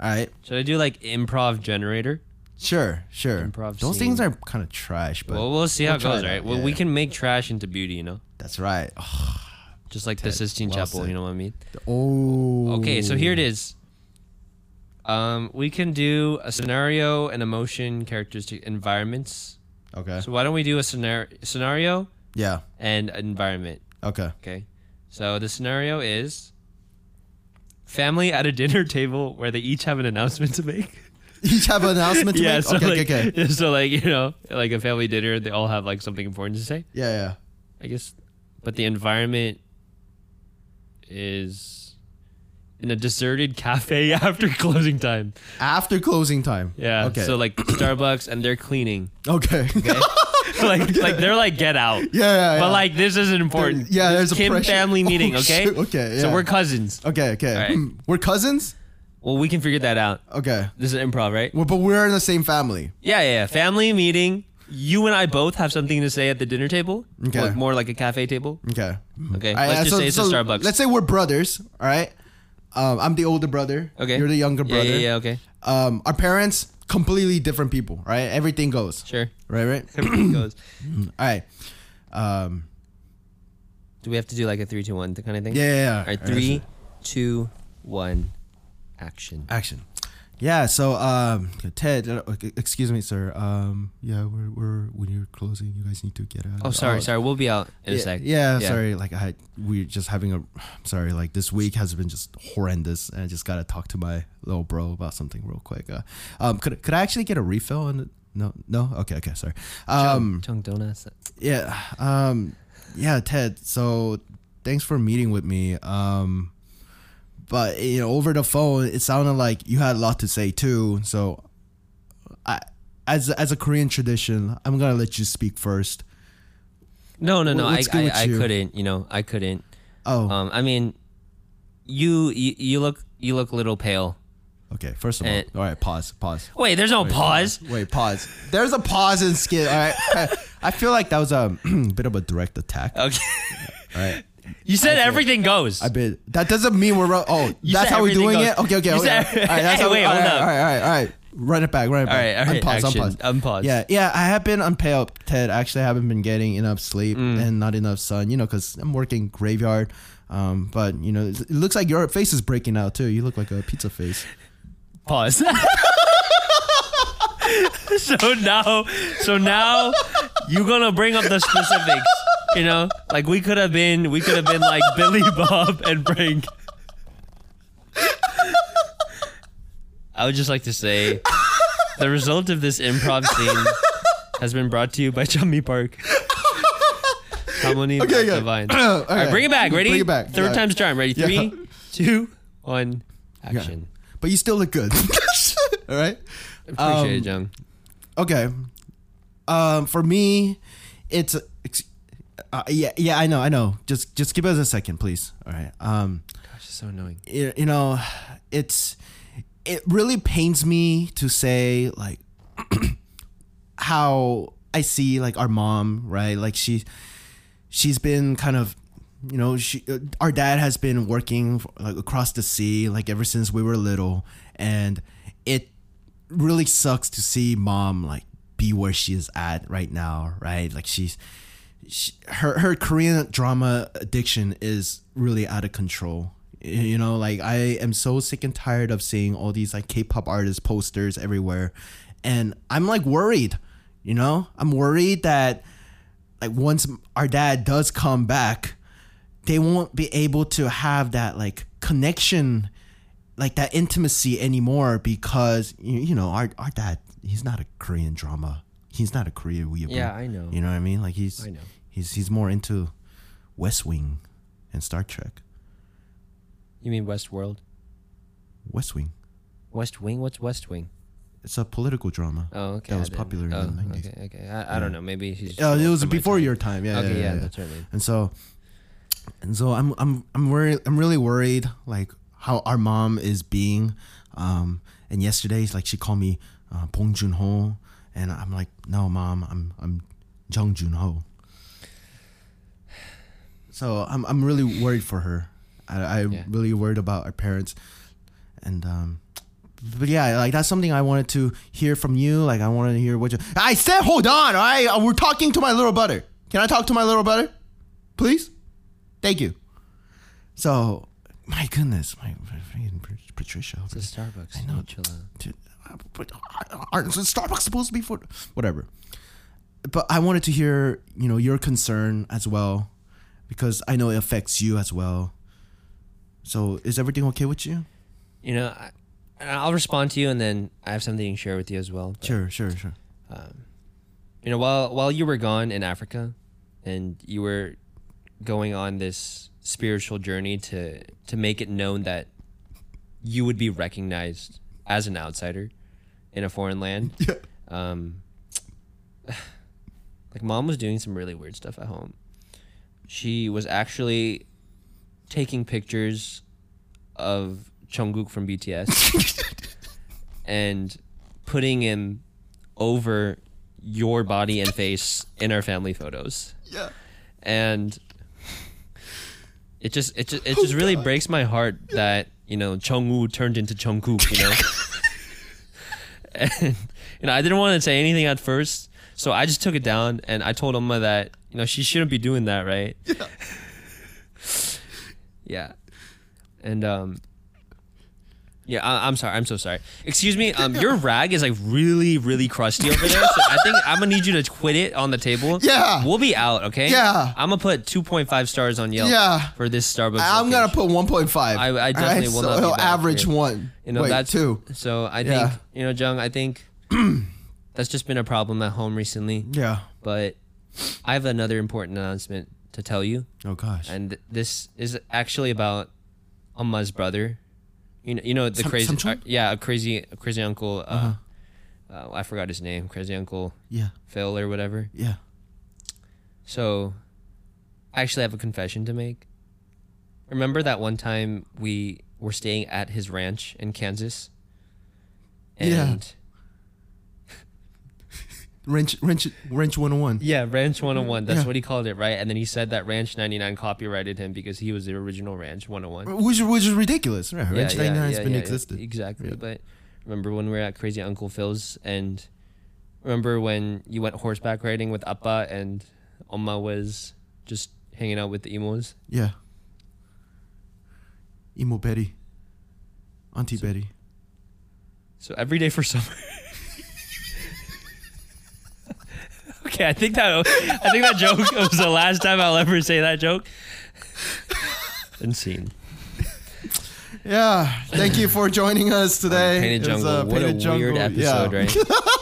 Speaker 2: All right.
Speaker 1: Should I do like improv generator?
Speaker 2: Sure. Sure.
Speaker 1: Improv
Speaker 2: Those
Speaker 1: scene.
Speaker 2: things are kind of trash, but
Speaker 1: Well, we'll see how
Speaker 2: we'll
Speaker 1: it
Speaker 2: try
Speaker 1: goes,
Speaker 2: it
Speaker 1: right?
Speaker 2: out,
Speaker 1: Well, we
Speaker 2: yeah.
Speaker 1: can make trash into beauty, you know,
Speaker 2: that's right. Oh.
Speaker 1: just like the Sistine
Speaker 2: well
Speaker 1: Chapel.
Speaker 2: said.
Speaker 1: You know what I mean?
Speaker 2: oh.
Speaker 1: Okay, so here it is. Um, we can do a scenario and emotion, characteristic, environments.
Speaker 2: Okay.
Speaker 1: So why don't we do a scenario, scenario
Speaker 2: Yeah.
Speaker 1: and environment?
Speaker 2: Okay.
Speaker 1: Okay. So the scenario is family at a dinner table where they each have an announcement to make.
Speaker 2: Each have an announcement to
Speaker 1: yeah.
Speaker 2: make.
Speaker 1: So
Speaker 2: okay.
Speaker 1: like,
Speaker 2: okay. Okay.
Speaker 1: so like you know, like a family dinner, they all have like something important to say.
Speaker 2: Yeah. Yeah.
Speaker 1: I guess, but the environment is in a deserted cafe after closing time.
Speaker 2: After closing time.
Speaker 1: Yeah.
Speaker 2: Okay.
Speaker 1: So like Starbucks and they're cleaning.
Speaker 2: okay.
Speaker 1: like like they're like get out.
Speaker 2: Yeah, yeah,
Speaker 1: But
Speaker 2: yeah.
Speaker 1: like this is important.
Speaker 2: Yeah,
Speaker 1: This
Speaker 2: there's a
Speaker 1: Kim
Speaker 2: pressure.
Speaker 1: family
Speaker 2: Oh,
Speaker 1: meeting. okay.
Speaker 2: shoot, okay,
Speaker 1: So
Speaker 2: yeah.
Speaker 1: we're cousins.
Speaker 2: okay, okay.
Speaker 1: All right.
Speaker 2: Hmm, We're cousins.
Speaker 1: Well, we can figure that out.
Speaker 2: Okay,
Speaker 1: This is improv, right?
Speaker 2: well, but we're in the same family.
Speaker 1: Yeah, yeah. yeah. Family meeting. You and I both have something to say at the dinner table.
Speaker 2: Okay.
Speaker 1: Or more like a cafe table.
Speaker 2: Okay.
Speaker 1: Okay.
Speaker 2: All right,
Speaker 1: let's
Speaker 2: uh,
Speaker 1: just
Speaker 2: so-
Speaker 1: say it's
Speaker 2: so
Speaker 1: a Starbucks.
Speaker 2: Let's say we're brothers. All right. Um, I'm the older brother.
Speaker 1: okay.
Speaker 2: You're the younger
Speaker 1: Yeah,
Speaker 2: brother.
Speaker 1: Yeah, yeah. Okay.
Speaker 2: Um, our parents completely different people. Right. Everything goes.
Speaker 1: Sure.
Speaker 2: Right. Right.
Speaker 1: Everything goes.
Speaker 2: All right. Um.
Speaker 1: Do we have to do like a three, two, one kind of thing?
Speaker 2: Yeah. yeah, yeah.
Speaker 1: All right. Three, two, one, action.
Speaker 2: action. Yeah. So, um, Ted, uh, e- excuse me, sir. Um, yeah, we're we're when you're closing, you guys need to get out.
Speaker 1: Oh, sorry,
Speaker 2: out.
Speaker 1: sorry. We'll be out in
Speaker 2: yeah,
Speaker 1: a sec.
Speaker 2: Yeah, sorry. Like I, we're just having a. I'm sorry. Like this week has been just horrendous, and I just gotta talk to my little bro about something real quick. Uh, um, could could I actually get a refill? On the, no, no. Okay, okay, sorry. Um,
Speaker 1: Chung, don't ask that.
Speaker 2: yeah, um, yeah, Ted. So thanks for meeting with me. Um, but you know, over the phone, it sounded like you had a lot to say too. So as as a Korean tradition, I'm gonna let you speak first.
Speaker 1: No, no, no.
Speaker 2: Wha-
Speaker 1: I,
Speaker 2: what's good
Speaker 1: I,
Speaker 2: with
Speaker 1: I
Speaker 2: you?
Speaker 1: couldn't. You know, I couldn't.
Speaker 2: Oh,
Speaker 1: Um, I mean, you, you you look you look a little pale.
Speaker 2: okay. First of all,
Speaker 1: eh.
Speaker 2: all right. Pause. Pause.
Speaker 1: Wait, there's no pause.
Speaker 2: Wait. Pause. There's a pause in skit. All right. I, I feel like that was a bit of a direct attack.
Speaker 1: Okay. You said everything goes.
Speaker 2: I bet that doesn't mean we're ro- oh
Speaker 1: You
Speaker 2: that's
Speaker 1: said
Speaker 2: how we're
Speaker 1: everything
Speaker 2: doing
Speaker 1: goes-
Speaker 2: it. Okay, okay,
Speaker 1: You
Speaker 2: okay.
Speaker 1: said-
Speaker 2: all right, that's
Speaker 1: Hey,
Speaker 2: how we-
Speaker 1: wait,
Speaker 2: all right,
Speaker 1: hold
Speaker 2: all
Speaker 1: up.
Speaker 2: right, all right, all right. Run it back, run it back.
Speaker 1: right, all right,
Speaker 2: unpause,
Speaker 1: action,
Speaker 2: unpause,
Speaker 1: unpause.
Speaker 2: Yeah, yeah. I have been unpaid, Ted. Actually, I haven't been getting enough sleep
Speaker 1: Mm.
Speaker 2: and not enough sun. You know, because I'm working graveyard. Um, but you know, it looks like your face is breaking out too. You look like a pizza face.
Speaker 1: pause. so now, so now, you're gonna bring up the specifics. You know, like we could have been, we could have been like Billy Bob and Frank. I would just like to say, the result of this improv scene has been brought to you by Chummy Park. Harmony
Speaker 2: Okay, okay.
Speaker 1: Divine.
Speaker 2: Okay.
Speaker 1: All right, bring it back. Ready?
Speaker 2: Bring it back.
Speaker 1: Third
Speaker 2: Yeah.
Speaker 1: time's charm. Ready?
Speaker 2: Yeah.
Speaker 1: Three, two, one, action.
Speaker 2: But you still look good. all right.
Speaker 1: Appreciate
Speaker 2: Um,
Speaker 1: it, John.
Speaker 2: Okay. Um, for me, it's ex- uh, yeah, yeah. I know, I know. Just just give us a second, please. All right. Um.
Speaker 1: Gosh, it's so annoying.
Speaker 2: you you know, it's it really pains me to say like how I see like our mom, right? Like she she's been kind of you know, she uh, our dad has been working like across the sea like ever since we were little and it really sucks to see mom like be where she is at right now, right? Like she's she, her her Korean drama addiction is really out of control. Y- You know, like I am so sick and tired of seeing all these like K-pop artist posters everywhere, and I'm like worried. You know, I'm worried that like once our dad does come back, they won't be able to have that like connection, like that intimacy anymore because you, you know our our dad he's not a Korean drama. He's not a Korean weeaboo.
Speaker 1: Yeah, I know.
Speaker 2: You know what I mean? Like he's
Speaker 1: I know.
Speaker 2: he's he's more into West Wing and Star Trek.
Speaker 1: You mean Westworld?
Speaker 2: West Wing.
Speaker 1: West Wing? What's West Wing?
Speaker 2: It's a political drama.
Speaker 1: Oh, okay.
Speaker 2: That
Speaker 1: I
Speaker 2: was
Speaker 1: didn't-
Speaker 2: popular in
Speaker 1: oh,
Speaker 2: the 90s.
Speaker 1: Okay, okay. I, I don't know. Maybe he's.
Speaker 2: Uh, it was
Speaker 1: from my
Speaker 2: before
Speaker 1: time.
Speaker 2: your time. Yeah,
Speaker 1: Okay,
Speaker 2: yeah, yeah, yeah.
Speaker 1: that's what I mean.
Speaker 2: And so and so I'm I'm I'm worried I'm really worried like how our mom is being um and yesterday like she called me uh, Bong Joon-ho and I'm like no mom I'm I'm Jung Joon-ho. So I'm I'm really worried for her. I I
Speaker 1: Yeah.
Speaker 2: really worried about our parents and um but yeah, like that's something I wanted to hear from you. Like I wanted to hear what you. I said, hold on. All right, Uh, we're talking to my little butter. Can I talk to my little butter, please? Thank you. So, my goodness, my freaking Patricia. over
Speaker 1: It's a Starbucks.
Speaker 2: I know.
Speaker 1: Chill out.
Speaker 2: to- uh, but aren't so Starbucks supposed to be for whatever? But I wanted to hear, you know, your concern as well, because I know it affects you as well. So, is everything okay with you?
Speaker 1: You know, I, I'll respond to you, and then I have something to share with you as well. But,
Speaker 2: Sure, sure, sure.
Speaker 1: You know, while while you were gone in Africa, and you were going on this spiritual journey to to make it known that you would be recognized as an outsider in a foreign land.
Speaker 2: Yeah.
Speaker 1: um, like mom was doing some really weird stuff at home. She was actually taking pictures of Jungkook from BTS and putting him over your body and face in our family photos.
Speaker 2: Yeah.
Speaker 1: And it just it just it just really breaks my heart that, you know, Chungwoo turned into Jungkook, you know. and you know, I didn't want to say anything at first, so I just took it down and I told Emma that you know she shouldn't be doing that, right? Yeah. yeah, and um, yeah, I, I'm sorry, I'm so sorry. Excuse me, um, your rag is like really, really crusty over there, so I think I'm gonna need you to quit it on the table.
Speaker 2: Yeah.
Speaker 1: we'll be out, okay?
Speaker 2: Yeah.
Speaker 1: I'm gonna put 2.5 stars on Yelp.
Speaker 2: Yeah.
Speaker 1: for this Starbucks.
Speaker 2: I'm gonna put 1.5.
Speaker 1: I- I definitely will
Speaker 2: so
Speaker 1: not be
Speaker 2: it'll
Speaker 1: back
Speaker 2: average
Speaker 1: here.
Speaker 2: one.
Speaker 1: You know
Speaker 2: Wait,
Speaker 1: that's
Speaker 2: two.
Speaker 1: So I
Speaker 2: Yeah.
Speaker 1: think you know, Jung. I think that's just been a problem at home recently.
Speaker 2: Yeah.
Speaker 1: but I have another important announcement to tell you,
Speaker 2: Oh gosh.
Speaker 1: and this is actually about Amma's brother. You know, you know the
Speaker 2: Sam-
Speaker 1: crazy,
Speaker 2: Samchung?
Speaker 1: yeah, a crazy, a crazy uncle, uh,
Speaker 2: Uh-huh.
Speaker 1: uh, I forgot his name, Crazy Uncle
Speaker 2: Yeah.
Speaker 1: Phil or whatever.
Speaker 2: Yeah.
Speaker 1: So, I actually have a confession to make. Remember that one time we were staying at his ranch in Kansas? And
Speaker 2: Yeah. Wrench, wrench, wrench 101.
Speaker 1: Mm-hmm. Yeah, Ranch 101. That's
Speaker 2: Yeah.
Speaker 1: what he called it, right? And then he said that Ranch 99 copyrighted him because he was the original Ranch 101.
Speaker 2: Which, which is ridiculous. Right.
Speaker 1: Yeah,
Speaker 2: wrench
Speaker 1: yeah,
Speaker 2: 99
Speaker 1: yeah,
Speaker 2: has been
Speaker 1: yeah, yeah,
Speaker 2: existed.
Speaker 1: Exactly.
Speaker 2: Yeah.
Speaker 1: But remember when we were at Crazy Uncle Phil's and remember when you went horseback riding with Appa and Oma was just hanging out with the emos?
Speaker 2: Yeah. Emo Betty. Auntie Betty.
Speaker 1: So every day for summer. okay, I think that I think that joke was the last time I'll ever say that joke. Insane.
Speaker 2: Yeah. Thank you for joining us today.
Speaker 1: Painted
Speaker 2: It was,
Speaker 1: Jungle.
Speaker 2: uh,
Speaker 1: what a
Speaker 2: Painted Jungle.
Speaker 1: weird episode,
Speaker 2: Yeah.
Speaker 1: right?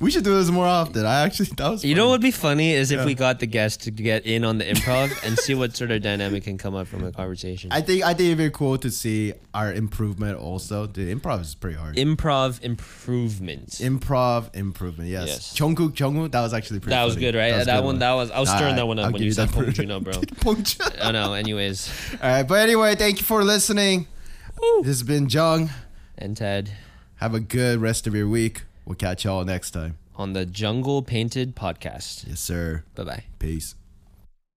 Speaker 2: We should do this more often. I actually, that was
Speaker 1: You know
Speaker 2: fun.
Speaker 1: what would be funny is if we got the guest to get in on the improv and see what sort of dynamic can come up from a conversation.
Speaker 2: I think I think it'd be cool to see our improvement also. The improv is pretty hard.
Speaker 1: improv improvement.
Speaker 2: improv improvement, yes.
Speaker 1: Yes.
Speaker 2: Jungkook, Jungkook, that was actually pretty.
Speaker 1: that was
Speaker 2: funny.
Speaker 1: good, right? That,
Speaker 2: was a good
Speaker 1: one, that was I was
Speaker 2: All
Speaker 1: stirring
Speaker 2: right,
Speaker 1: that one up
Speaker 2: I'll
Speaker 1: when
Speaker 2: give
Speaker 1: you
Speaker 2: you
Speaker 1: said
Speaker 2: that for-
Speaker 1: Pongjuno, bro.
Speaker 2: Punch.
Speaker 1: I know. Anyways,
Speaker 2: All right, but anyway, thank you for listening. This has been Jung.
Speaker 1: and Ted
Speaker 2: Have a good rest of your week. We'll catch y'all next time.
Speaker 1: on the Jungle Painted podcast.
Speaker 2: Yes, sir.
Speaker 1: Bye bye.
Speaker 2: Peace.